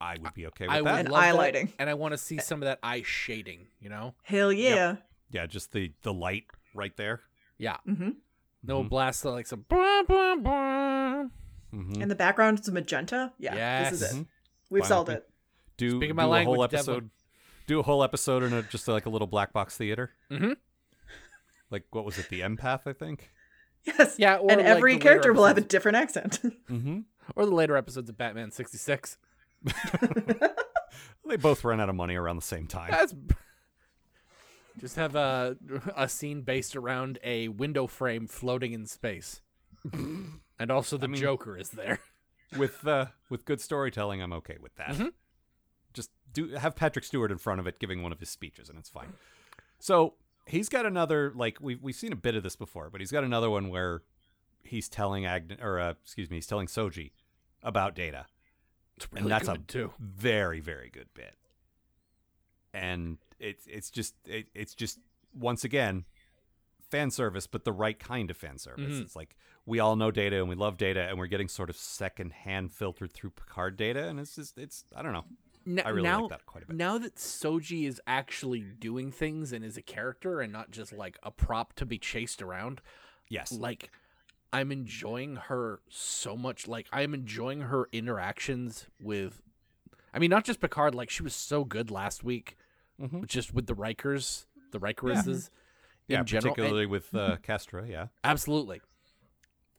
I would be okay with
I would
that.
And
love that,
eyelighting.
and I want to see some of that eye shading. You know?
Hell yeah.
yeah, just the the light right there.
Yeah.
hmm
No blast of, like some. Blah, blah, blah.
Mm-hmm.
And the background is magenta. Yeah. This
Yes.
is it.
Mhm.
We've
Fine
solved
with me.
it.
Do,
Speaking
do
my
a
language,
whole episode.
Devlin.
Do a whole episode in a just like a little black box theater.
Mhm.
Like what was it? The empath, I think.
Yes.
Yeah, or
and
like
every
the later
character will have a different accent.
Mm-hmm.
Or the later episodes of Batman sixty six.
They both run out of money around the same time.
That's just have a a scene based around a window frame floating in space, and also the
mean-
Joker is there.
with uh, with good storytelling, I'm okay with that.
Mm-hmm.
Just do have Patrick Stewart in front of it giving one of his speeches, and it's fine.
Mm-hmm.
So he's got another like we've we've seen a bit of this before, but he's got another one where he's telling Agn or uh, excuse me, he's telling Soji about Data,
It's
and that's a
good, too.
very very good bit. And it's it's just it, it's just once again fan service, but the right kind of fan service.
Mhm.
It's like we all know data and we love data, and we're getting sort of second hand filtered through Picard data, and it's just it's I don't know.
N-
I really
now,
like that quite a bit.
Now that Soji is actually doing things and is a character and not just like a prop to be chased around,
Yes,
like I'm enjoying her so much. Like I'm enjoying her interactions with, I mean, not just Picard. Like she was so good last week,
Mhm.
just with the Rikers, the Rikerises.
yeah,
in general, and- Mm-hmm.
particularly with uh, Castra. Yeah,
Absolutely.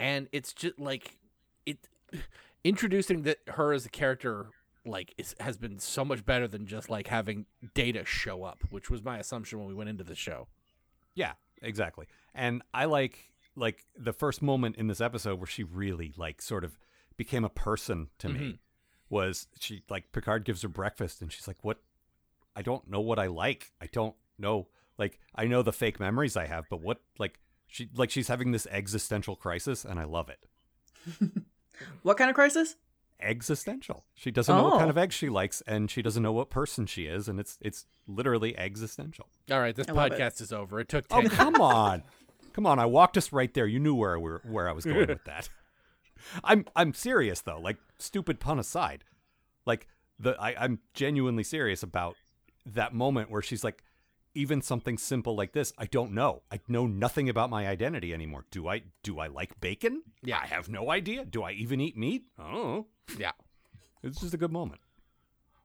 And it's just like it introducing that her as a character like is, has been so much better than just like having data show up, which was my assumption when we went into the show.
yeah, exactly. And I like like the first moment in this episode where she really like sort of became a person to me was she like Picard gives her breakfast and she's like, "What? I don't know what I like. I don't know. Like I know the fake memories I have, but what? Like she like she's having this existential crisis, and I love it.
What kind of crisis?
Existential. She doesn't know what kind
Oh.
of eggs she likes, and she doesn't know what person she is, and it's it's literally existential.
All right, this
I love it.
podcast is over. It took
Oh
10
come on, come on! I walked us right there. You knew where I were, where I was going with that. I'm I'm serious though. Like stupid pun aside, like the I, I'm genuinely serious about that moment where she's like, even something simple like this, I don't know. I know nothing about my identity anymore. Do I do I like bacon?
Yeah.
I have no idea. Do I even eat meat? Oh,
Yeah.
it's just a good moment.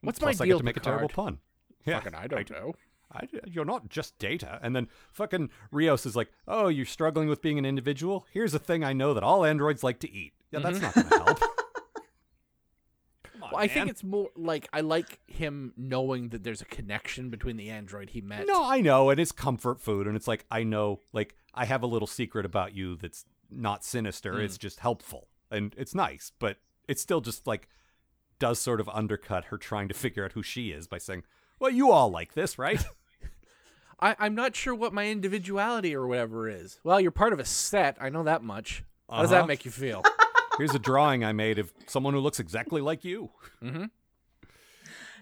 What's
Plus,
my
I
deal
get to make a terrible
Picard?
pun. Yeah,
Fucking I don't know.
I, you're not just data. And then fucking Rios is like, oh, you're struggling with being an individual? Here's a thing I know that all androids like to eat. Yeah, that's not going to help. Come on,
Mm-hmm. Well, I think
man.
it's more like I like him knowing that there's a connection between the android he met.
No, I know. And it's comfort food. And it's like, I know, like, I have a little secret about you that's not sinister.
Mm.
It's just helpful. And it's nice. But it still just, like, does sort of undercut her trying to figure out who she is by saying, well, you all like this, right?
I, I'm not sure what my individuality or whatever is. Well, you're part of a set. I know that much. How does
Uh-huh.
that make you feel?
Here's a drawing I made of someone who looks exactly like you.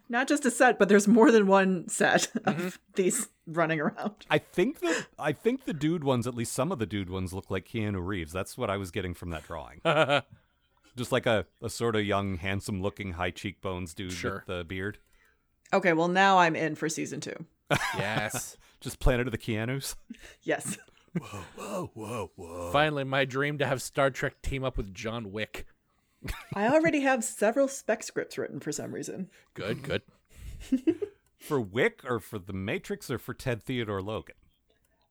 Not just a set, but there's more than one set of
Mm-hmm.
these running around.
I think the I think the dude ones, at least some of the dude ones, look like Keanu Reeves. That's what I was getting from that drawing. Just like a, a sort of young, handsome looking, high cheekbones dude
Sure.
with the beard.
Okay, well now I'm in for season two.
yes.
Just Planet of the Keanu's.
Yes.
Whoa, whoa, whoa.
Finally, my dream to have Star Trek team up with John Wick.
I already have several spec scripts written for some reason.
Good, good.
For Wick or for The Matrix or for Ted Theodore Logan?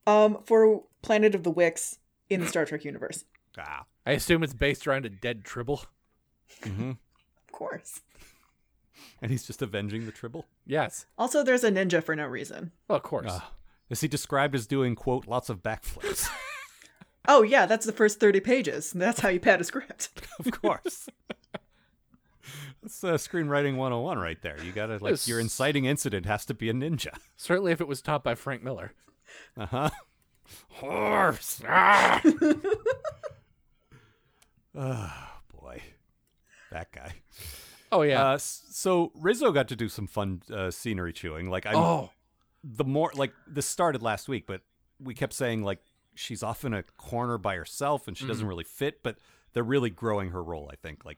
Um, for Planet of the Wicks in the Star Trek universe.
Ah.
I assume it's based around a dead tribble.
Of course.
And he's just avenging the Tribble.
Yes.
Also, there's a ninja for no reason.
Well, of course.
Ah. Is he described as doing, quote, lots of backflips?
Oh yeah, that's the first thirty pages. That's how you pad a script.
of course. That's uh, screenwriting 101 right there. You gotta, like, your
Yes.
inciting incident has to be a ninja.
Certainly, if it was taught by Frank Miller.
Uh huh. Horse.
Ah.
oh boy, that guy.
Oh yeah.
Uh, s- so Rizzo got to do some fun uh, scenery chewing. Like I'm
oh,
the more like this started last week, but we kept saying like she's off in a corner by herself and she
Mm-hmm.
doesn't really fit. But they're really growing her role. I think like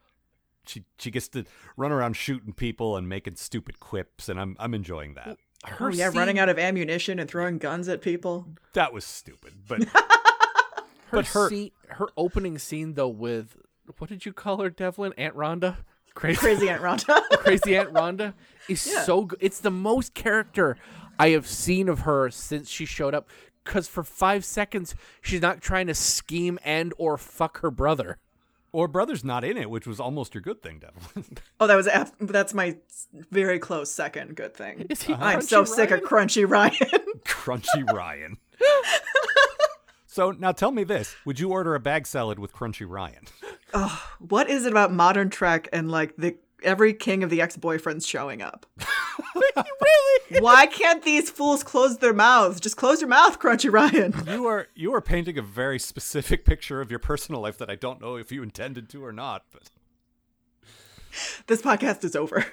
she she gets to run around shooting people and making stupid quips, and I'm I'm enjoying that.
her
Oh yeah,
scene-
running out of ammunition and throwing guns at people.
That was stupid, but
Her
but her-
scene- her opening scene though with what did you call her, Devlin? Aunt Rhonda. Crazy.
Crazy Aunt Rhonda.
Crazy Aunt Rhonda is so good. It's the most character I have seen of her since she showed up. Because for five seconds, she's not trying to scheme and or fuck her brother.
Or brother's not in it, which was almost your good thing, Devlin.
Oh, that was af- that's my s- very close second good thing.
Is
Uh-huh.
he
I'm so
Crunchy
sick of
Ryan?
Crunchy Ryan.
Crunchy Ryan. so now tell me this: Would you order a bag salad with Crunchy Ryan?
what is it about modern Trek and like the every king of the ex-boyfriends showing up? really? Why can't these fools close their mouths? Just close your mouth, Crunchy Ryan.
You are you are painting a very specific picture of your personal life that I don't know if you intended to or not. But
This podcast is over.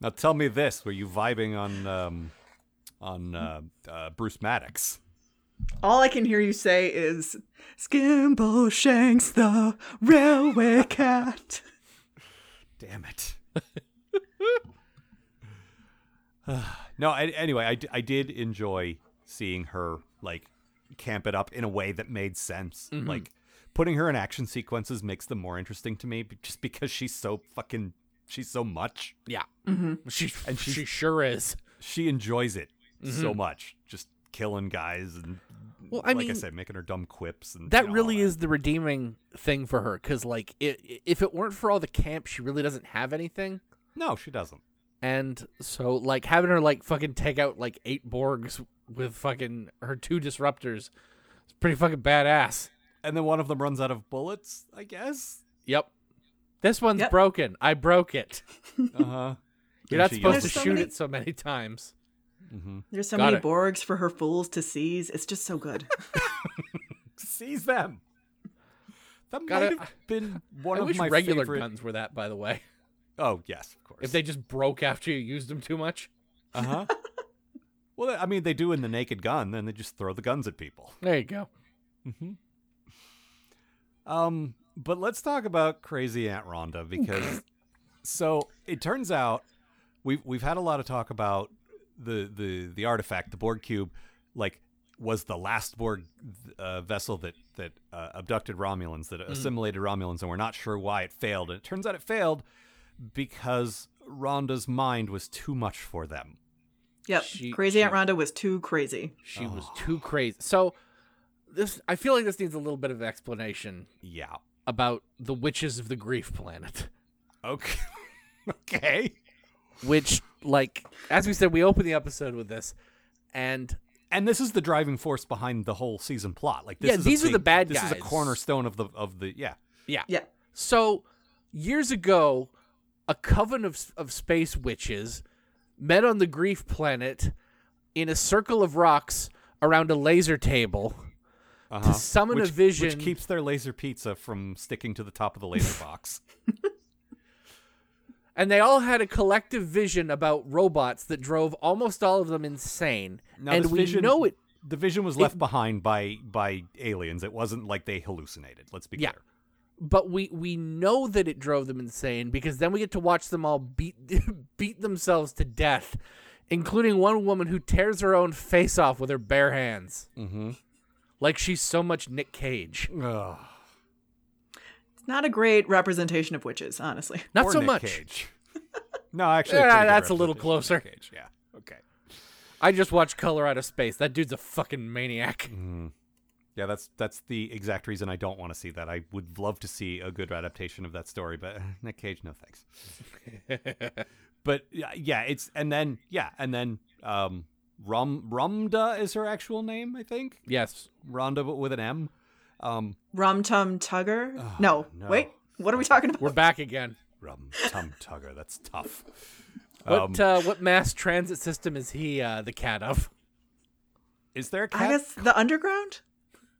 now tell me this: Were you vibing on um, on uh, uh, Bruce Maddox?
All I can hear you say is Skimble Shanks the railway cat.
Damn it. no, I, anyway, I, d- I did enjoy seeing her like camp it up in a way that made sense.
Mm-hmm.
Like putting her in action sequences makes them more interesting to me b- just because she's so fucking she's so much.
Yeah. She she sure is.
She enjoys it so much. Just killing guys and
Mm-hmm. Well, I
like I
mean,
said, making her dumb quips and
That
you know,
really
all
is the redeeming thing for her cuz like i i- if it weren't for all the camp, she really doesn't have anything.
No, she doesn't.
And so like having her like fucking take out like eight Borgs with fucking her two disruptors is pretty fucking badass.
And then one of them runs out of bullets, I guess.
Yep. This one's
Yep.
broken. I broke it.
Uh-huh.
You're not supposed to
There's so
shoot
many-
it so many times.
hmm
There's so
Got
many
it.
Borgs for her fools to seize. It's just so good.
seize them. That
Got
might
it.
have been one
I
of
wish
my
regular
favorite.
guns were that, by the way.
Oh yes, of course.
If they just broke after you used them too much.
uh huh. well, I mean, they do in the Naked Gun. Then they just throw the guns at people.
There you go.
Um, but let's talk about Crazy Aunt Rhonda because so it turns out we've we've had a lot of talk about the the the artifact, the Borg cube, like was the last Borg uh, vessel that that uh, abducted Romulans, that assimilated Romulans, and we're not sure why it failed. And it turns out it failed because Rhonda's mind was too much for them.
Yep.
She-
crazy Aunt
she-
Rhonda was too crazy.
She was too crazy. So this I feel like this needs a little bit of explanation
Yeah.
about the witches of the grief planet.
Okay. okay.
Which, like, as we said, we opened the episode with this and
and this is the driving force behind the whole season plot. Like, this
Yeah,
is a
these are the
big-
bad
This is
guys.
a cornerstone of the of the yeah.
yeah.
Yeah.
So years ago, a coven of of space witches met on the grief planet in a circle of rocks around a laser table
Uh-huh.
summon a
which,
vision-
which keeps their laser pizza from sticking to the top of the laser box.
and they all had a collective vision about robots that drove almost all of them insane.
Now,
and
this
we
vision,
know it.
The vision was left behind by by aliens. It wasn't like they hallucinated. Let's be
Yeah.
clear.
But we, we know that it drove them insane because then we get to watch them all beat beat themselves to death, including one woman who tears her own face off with her bare hands,
Mm-hmm.
like she's so much Nick Cage.
Ugh.
It's not a great representation of witches, honestly.
Not
Or
so
Nick
much.
Cage. No, actually, a
Yeah,
pretty good
that's a little
representation of Nick Cage. Yeah. Okay.
I just watched Color Out of Space. That dude's a fucking maniac.
Mm-hmm. Yeah, that's that's the exact reason I don't want to see that. I would love to see a good adaptation of that story, but Nick Cage, no thanks. but yeah, yeah, it's and then yeah, and then um, Rum Rumda is her actual name, I think.
Yes.
Rhonda, but with an M. Um,
Rum Tum Tugger? no.
no.
Wait. What are we talking about?
Ah, We're back again.
Rum Tum Tugger. That's tough. Um,
What uh, what mass transit system is he uh, the cat of?
Is there a cat?
I guess the underground?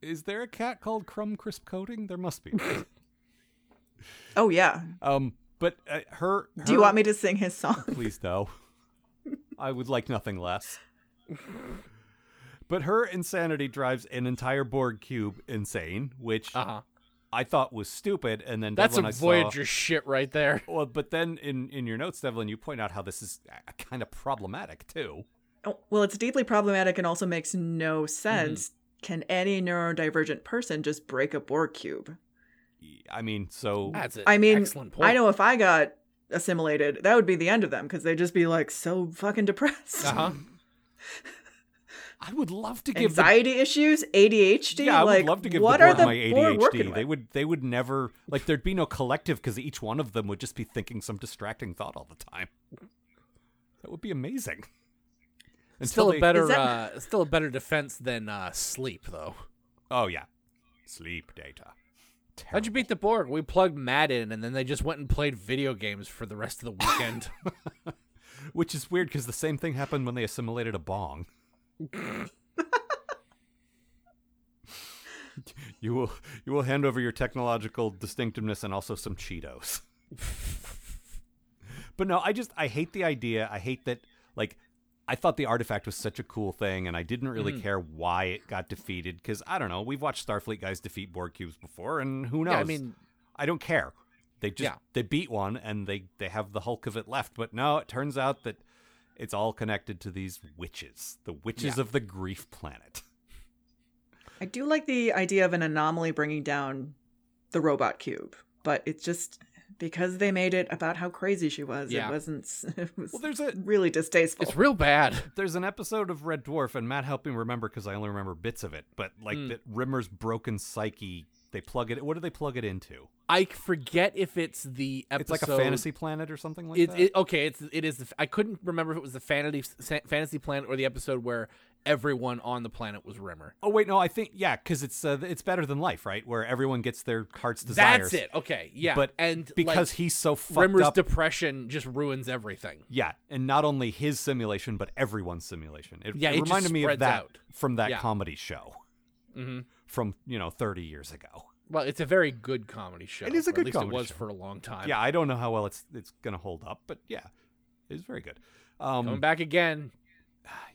Is there a cat called Crumb Crisp Coating? There must be.
Oh yeah.
um, but uh, her,
Do you want me to sing his song?
Please no. I would like nothing less. But her insanity drives an entire Borg cube insane, which
Uh huh.
I thought was stupid. And then
That's
Devlin,
a
I
Voyager shit right there.
Saw, well, but then in in your notes, Devlin, you point out how this is kind of problematic too.
Oh, well, it's deeply problematic and also makes
Mm-hmm.
no sense. Can any neurodivergent person just break a Borg cube?
I mean, so
That's an
I mean,
excellent point.
I know if I got assimilated,
Uh-huh.
that would be the end of them because they'd just be like so fucking depressed.
Uh huh.
I would love to give the
Anxiety issues, ADHD.
yeah, I
like,
would love to give
what
the
are
board
the
my
board
ADHD.
working with?
They would they would never like there'd be no collective because each one of them would just be thinking some distracting thought all the time. That would be amazing.
Still
they-
a better,
Is that-
uh, still a better defense than uh, sleep, though.
Oh yeah, sleep data.
How'd you beat the Borg? We plugged Matt in, and then they just went and played video games for the rest of the weekend.
Which is weird because the same thing happened when they assimilated a bong. you will you will hand over your technological distinctiveness and also some Cheetos. but no, I just I hate the idea. I hate that like I thought the artifact was such a cool thing and I didn't really
Mm.
care why it got defeated cuz I don't know. We've watched Starfleet guys defeat Borg cubes before and who knows.
yeah, I mean,
I don't care. They just
Yeah.
they beat one and they they have the hulk of it left. But no, it turns out that it's all connected to these witches, the witches
Yeah.
of the grief planet.
I do like the idea of an anomaly bringing down the robot cube, but it's just because they made it about how crazy she was.
Yeah.
It wasn't. s- It was
Well, there's a
really distasteful.
it's real bad.
there's an episode of Red Dwarf, and Matt helped me remember because I only remember bits of it. But like
Hmm.
that Rimmer's broken psyche, they plug it. What do they plug it into?
I forget if it's the episode.
It's like a fantasy planet or something like
It,
that.
it, okay, it's it is. The, I couldn't remember if it was the fantasy fantasy planet or the episode where everyone on the planet was Rimmer.
oh wait, no, I think yeah, because it's uh, it's better than life, right? Where everyone gets their heart's desires.
That's it. Okay, yeah.
But
and
because
like,
he's so fucked
Rimmer's
up.
depression just ruins everything.
Yeah, and not only his simulation, but everyone's simulation. It,
Yeah,
it
it just
reminded me of
spreads
that
out.
from that
Yeah.
comedy show
hmm
from you know thirty years ago.
Well, it's a very good comedy show.
It is a
or
good
at least
comedy
It was
show.
for a long time.
yeah, I don't know how well it's it's gonna hold up, but yeah, it's very good. Um,
coming back again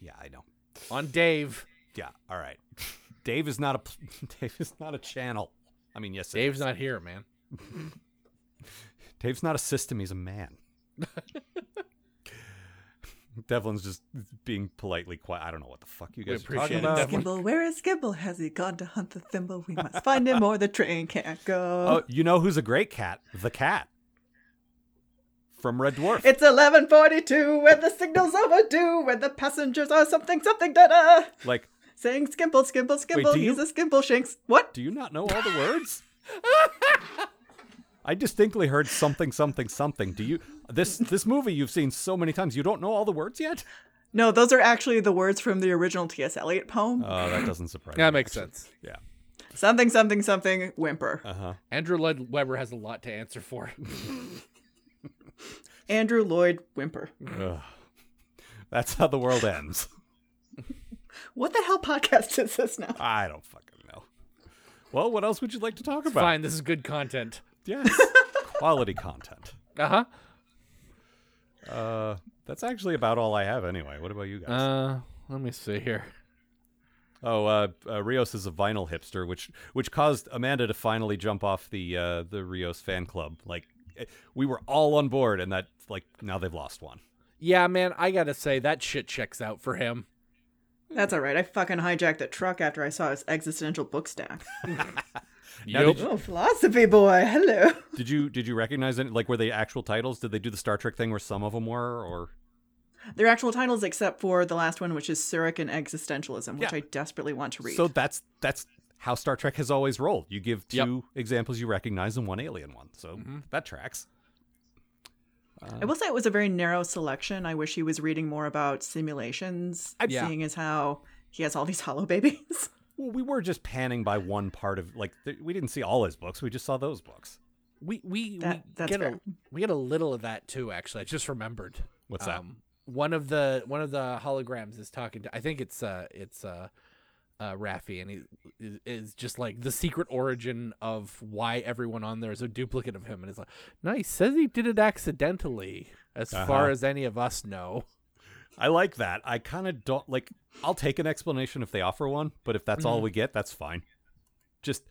Yeah, I know.
on Dave.
Yeah, all right. Dave is not a pl- Dave is not a channel. I mean, yes, it
Dave's
is.
not here, man.
Dave's not a system. He's a man. Devlin's just being politely quiet. I don't know what the fuck you
We
guys are
appreciate
talking
it,
about.
Devlin.
Skimble, where is Skimble? Has he gone to hunt the thimble? We must find him, or the train can't
Oh,
go.
you know who's a great cat? The cat from Red Dwarf.
It's eleven forty-two, and the signal's overdue, and the passengers are something, something, da da.
like,
Saying Skimble, Skimble, Skimble,
do you-
he's a Skimble Shanks. What?
do you not know all the words? I distinctly heard something, something, something. Do you this this movie you've seen so many times? You don't know all the words yet?
No, those are actually the words from the original T.S. Eliot poem.
Oh, that doesn't surprise me.
That makes sense.
Yeah.
something, something, something, whimper.
Uh-huh.
Andrew Lloyd Webber has a lot to answer for.
Andrew Lloyd Whimper.
Ugh. That's how the world ends.
What the hell podcast is this now?
I don't fucking know. Well, what else would you like to talk about?
Fine, this is good content.
Yes. Quality content.
Uh huh.
Uh, that's actually about all I have anyway. What about you guys?
Uh, let me see here.
Oh, uh, uh, Rios is a vinyl hipster, which which caused Amanda to finally jump off the uh, the Rios fan club. Like eh, we were all on board, and that like now they've lost one.
Yeah, man, I gotta say that shit checks out for him.
That's all right. I fucking hijacked the truck after I saw his existential book stack.
Now,
Yup.
Oh, philosophy boy. Hello.
Did you did you recognize any? Like were they actual titles? Did they do the Star Trek thing where some of them were? Or
They're actual titles except for the last one, which is Surik and Existentialism, which
Yeah.
I desperately want to read.
so that's that's how Star Trek has always rolled. You give
Yep.
two examples you recognize and one alien one. So that tracks.
I will say it was a very narrow selection. I wish he was reading more about simulations,
Yeah.
seeing as how he has all these hollow babies.
Well, we were just panning by one part of like th- we didn't see all his books. We just saw those books.
We we
That-
we
that's
get a,
fair.
we get a little of that too. Actually, I just remembered.
What's
Oh,
that?
Um, One of the one of the holograms is talking to. I think it's uh it's uh. Uh, Raffi and he is- is just like the secret origin of why everyone on there is a duplicate of him, and it's like, no, he says he did it accidentally, as far
Uh-huh.
as any of us know.
I like that. I kind of don't like. I'll take an explanation if they offer one, but if that's
Mm-hmm.
all we get, that's fine. Just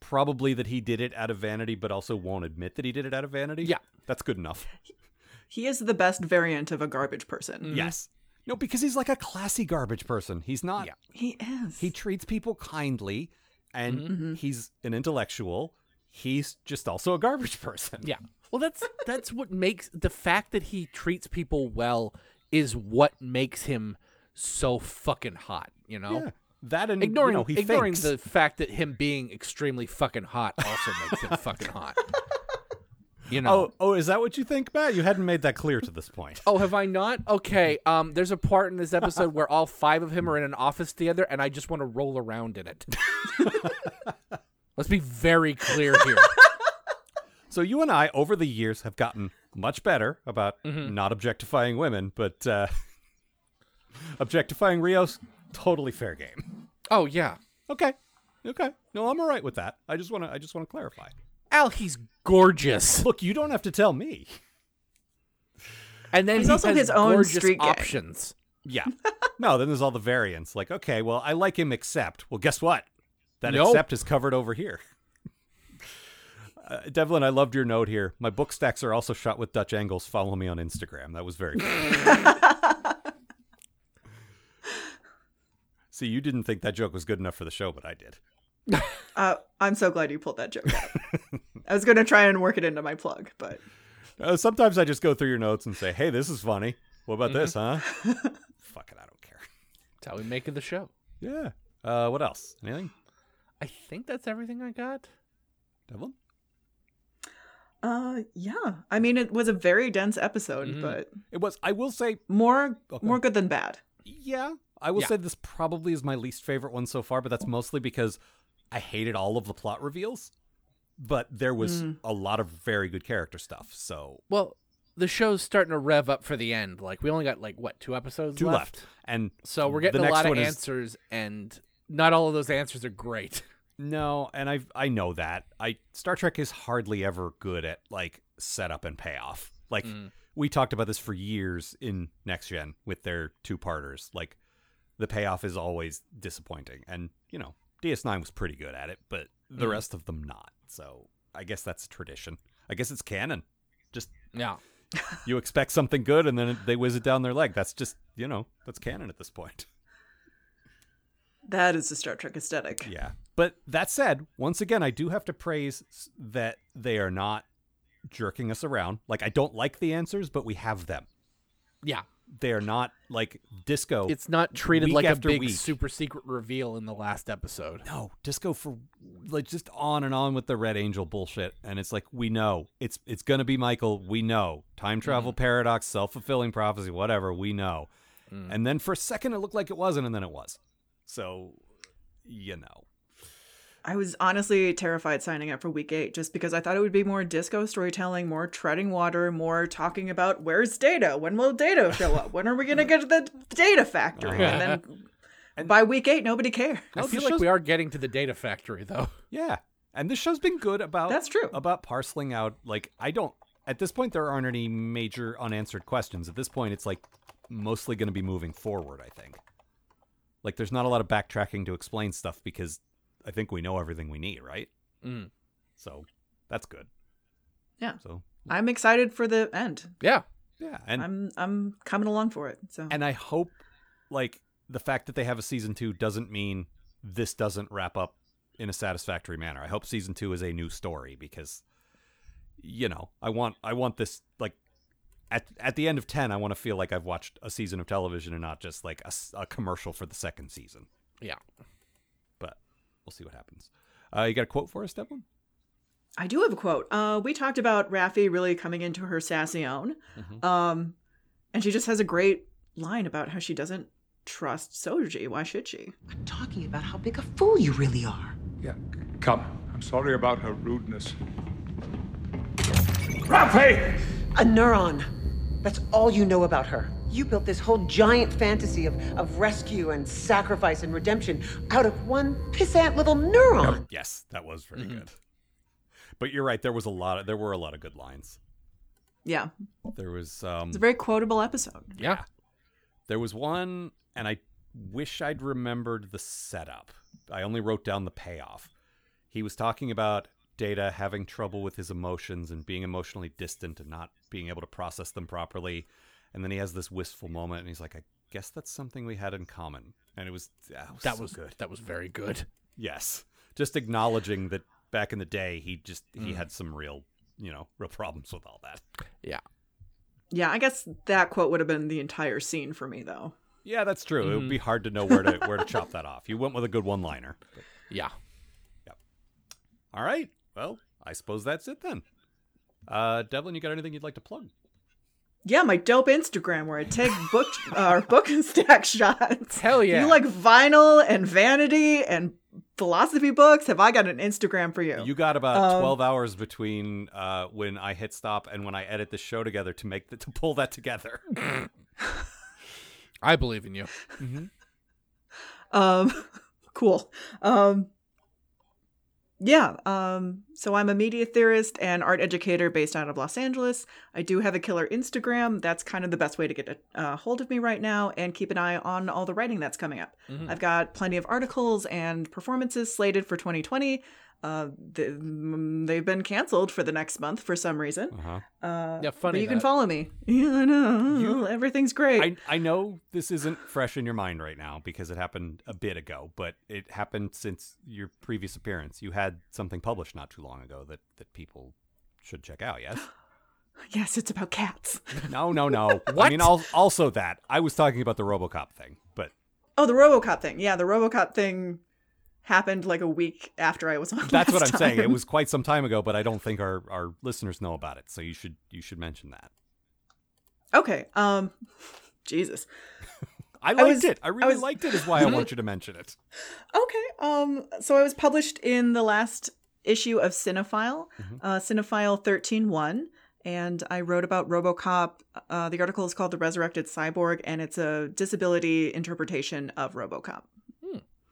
probably that he did it out of vanity, but also won't admit that he did it out of vanity.
Yeah.
that's good enough.
He is the best variant of a garbage person.
Mm-hmm.
Yes. No, because he's like a classy garbage person. He's not.
Yeah.
He is.
He treats people kindly, and
Mm-hmm.
he's an intellectual. He's just also a garbage person.
Yeah. Well, that's that's what makes the fact that he treats people well is what makes him so fucking hot, you know?
Yeah. That and
Ignoring,
you know, he
ignoring
fakes.
the fact that him being extremely fucking hot also makes him fucking hot. You know?
Oh, oh, is that what you think, Matt? You hadn't made that clear to this point.
Oh, have I not? Okay. Um, there's a part in this episode where all five of him are in an office together, and I just want to roll around in it. Let's be very clear here.
So you and I, over the years, have gotten much better about not objectifying women, but uh, objectifying Rios, totally fair game.
Oh yeah,
Okay, okay. No, I'm all right with that. I just want to, I just want to clarify.
Al, he's gorgeous,
Look, you don't have to tell me.
and then
He's
he
also
has
his own
gorgeous
street gang.
options.
Yeah. No, then there's all the variants. Like, okay, well, I like him except. Well, guess what? That
Nope.
except is covered over here. Uh, Devlin, I loved your note here. My book stacks are also shot with Dutch angles. Follow me on Instagram. That was very. See, you didn't think that joke was good enough for the show, but I did.
Uh, I'm so glad you pulled that joke out. I was going to try and work it into my plug, but
Uh, sometimes I just go through your notes and say, "Hey, this is funny. What about this, huh?" Fuck it, I don't care.
That's how we make it the show.
Yeah. Uh, what else? Anything,
I think that's everything I got.
Devlin?
uh, yeah. I mean, it was a very dense episode, but
It was. I will say,
more more good than bad.
Yeah. I will
Yeah.
say this probably is my least favorite one so far, but that's mostly because I hated all of the plot reveals. But there was
Mm.
a lot of very good character stuff. So
Well, the show's starting to rev up for the end. Like we only got like what two episodes
two
left?
left. And
So we're
the
getting a
next
lot of
one is-
answers, and not all of those answers are great.
No, and I I know that. I Star Trek is hardly ever good at like setup and payoff. Like we talked about this for years in Next Gen with their two-parters. Like the payoff is always disappointing. And, you know, DS9 was pretty good at it, but the rest of them not. So, I guess that's tradition. I guess it's canon. Just
Yeah.
you expect something good and then they whiz it down their leg. That's just, you know, that's canon at this point.
That is the Star Trek aesthetic.
Yeah. But that said, once again, I do have to praise s- that they are not jerking us around. Like, I don't like the answers, but we have them.
Yeah.
They are not like disco.
It's not
Oh.
treated
Week
like a
after
big
week.
super secret reveal in the last episode.
no disco for like just on and on with the Red Angel bullshit. And it's like, we know it's it's gonna be Michael. We know time travel
Mm-hmm.
paradox, self fulfilling prophecy, whatever. We know.
Mm.
And then for a second, it looked like it wasn't, and then it was. So, you know.
I was honestly terrified signing up for week eight just because I thought it would be more disco storytelling, more treading water, more talking about where's data? When will data show up? When are we going to get to the data factory? And then by week eight, nobody cared.
No,
I feel
Oh, this
like
show's-
we are getting to the data factory though.
Yeah. And this show's been good about
That's true.
about parceling out like I don't at this point there aren't any major unanswered questions. At this point it's like mostly going to be moving forward, I think. Like there's not a lot of backtracking to explain stuff because I think we know everything we need, right?
Mm.
So that's good.
Yeah.
So
I'm excited for the end.
Yeah.
yeah, and
I'm I'm coming along for it. So
and I hope like the fact that they have a season 2 doesn't mean this doesn't wrap up in a satisfactory manner. I hope season 2 is a new story because you know, I want I want this like at at the end of 10 I want to feel like I've watched a season of television and not just like a, s- a commercial for the second season.
Yeah.
But we'll see what happens. Uh, you got a quote for us, Devlin?
I do have a quote. Uh, we talked about Raffi really coming into her sassy own.
Mm-hmm.
Um, and she just has a great line about how she doesn't trust Soji. Why should she?
talking about how big a fool you really are.
Yeah, c- come. I'm sorry about her rudeness.
A neuron. That's all you know about her. You built this whole giant fantasy of, of rescue and sacrifice and redemption out of one pissant little neuron.
Yes, that was very good. But you're right, there was a lot of, there were a lot of good lines.
Yeah.
There was um
It's a very quotable episode.
Yeah.
There was one, and I wish I'd remembered the setup. I only wrote down the payoff. He was talking about Data having trouble with his emotions and being emotionally distant and not being able to process them properly. And then he has this wistful moment, and he's like, I guess that's something we had in common. And it was that was,
That
so
was
good.
That was very good.
Yes. Just acknowledging that back in the day, he just
Mm.
he had some real, you know, real problems with all that.
Yeah.
Yeah, I guess that quote would have been the entire scene for me though.
Yeah, that's true.
Mm-hmm.
It would be hard to know where to where to chop that off. You went with a good one-liner.
Yeah.
All right. Well, I suppose that's it then. Uh, Devlin, you got anything you'd like to plug?
Yeah, my dope Instagram where I take book uh, book and stack shots.
Hell yeah.
You like vinyl and vanity and philosophy books? Have I got an Instagram for you?
You got about twelve hours between uh, when I hit stop and when I edit the show together to make the, to pull that together.
I believe in you.
Um, cool. Um, yeah. Um, so I'm a media theorist and art educator based out of Los Angeles. I do have a killer Instagram. That's kind of the best way to get a uh, hold of me right now. And keep an eye on all the writing that's coming up.
Mm-hmm.
I've got plenty of articles and performances slated for 2020. Uh, th- mm, they've been canceled for the next month for some reason.
Uh-huh.
Uh,
Yeah,
but
funny.
you can
that.
follow me. Yeah, I know. Everything's great.
I I know this isn't fresh in your mind right now because it happened a bit ago, but it happened since your previous appearance. You had something published not too long ago that that people should check out. Yes.
yes, it's about cats.
No, no, no. I mean, al- also that I was talking about the RoboCop thing, but
Oh, the RoboCop thing. Yeah, the RoboCop thing happened like a week after I was on.
that's what I'm
last
saying. It
time.
was quite some time ago, but I don't think our, our listeners know about it. So you should you should mention that.
okay. Um, Jesus.
I liked
was-
it. I
I
really
was-
liked it. Is why I want you to mention it.
Okay. Um, so I was published in the last issue of Cinephile,
Mm-hmm.
uh, Cinephile 13.1, and I wrote about RoboCop. Uh, the article is called "The Resurrected Cyborg," and it's a disability interpretation of RoboCop.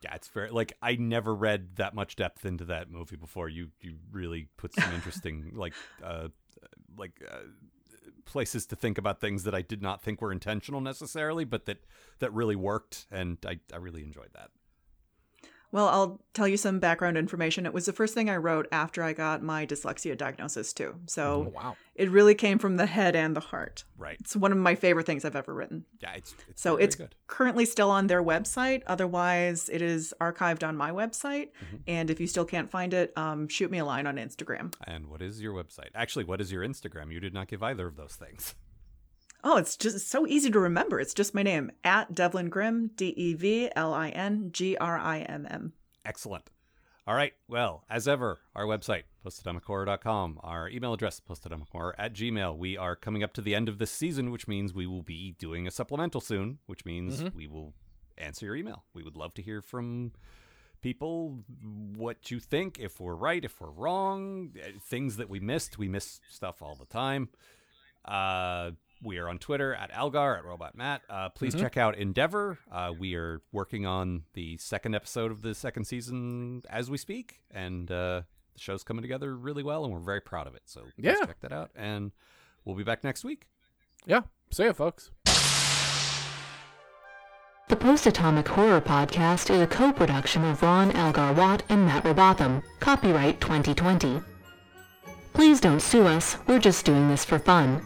Yeah, it's very like I never read that much depth into that movie before. You you really put some interesting like uh like uh, places to think about things that I did not think were intentional necessarily, but that that really worked, and I I really enjoyed that.
Well, I'll tell you some background information. It was the first thing I wrote after I got my dyslexia diagnosis too. So
Wow.
it really came from the head and the heart.
Oh, Right?
It's one of my favorite things I've ever written.
Yeah, it's, it's
So
very
it's
good.
currently still on their website. Otherwise, it is archived on my website.
Mm-hmm.
And if you still can't find it, um, shoot me a line on Instagram.
And what is your website? Actually, what is your Instagram? You did not give either of those things.
Oh, it's just so easy to remember. It's just my name at Devlin Grimm, D E V L I N G R I M M.
Excellent. All right. Well, as ever, our website, postatomichorror.com, our email address, postatomichorror at gmail. We are coming up to the end of this season, which means we will be doing a supplemental soon, which means we will answer your email. We would love to hear from people what you think, if we're right, if we're wrong, eh, things that we missed. We miss stuff all the time. Uh, we are on Twitter at Algar at Robot Matt. Uh, please check out Endeavor. Uh, we are working on the second episode of the second season as we speak, and uh, the show's coming together really well, and we're very proud of it. So please
Yeah.
check that out, and we'll be back next week.
Yeah. See ya, folks.
The Post Atomic Horror Podcast is a co production of Ron Algar Watt and Matt Robotham. Copyright 2020. Please don't sue us, we're just doing this for fun.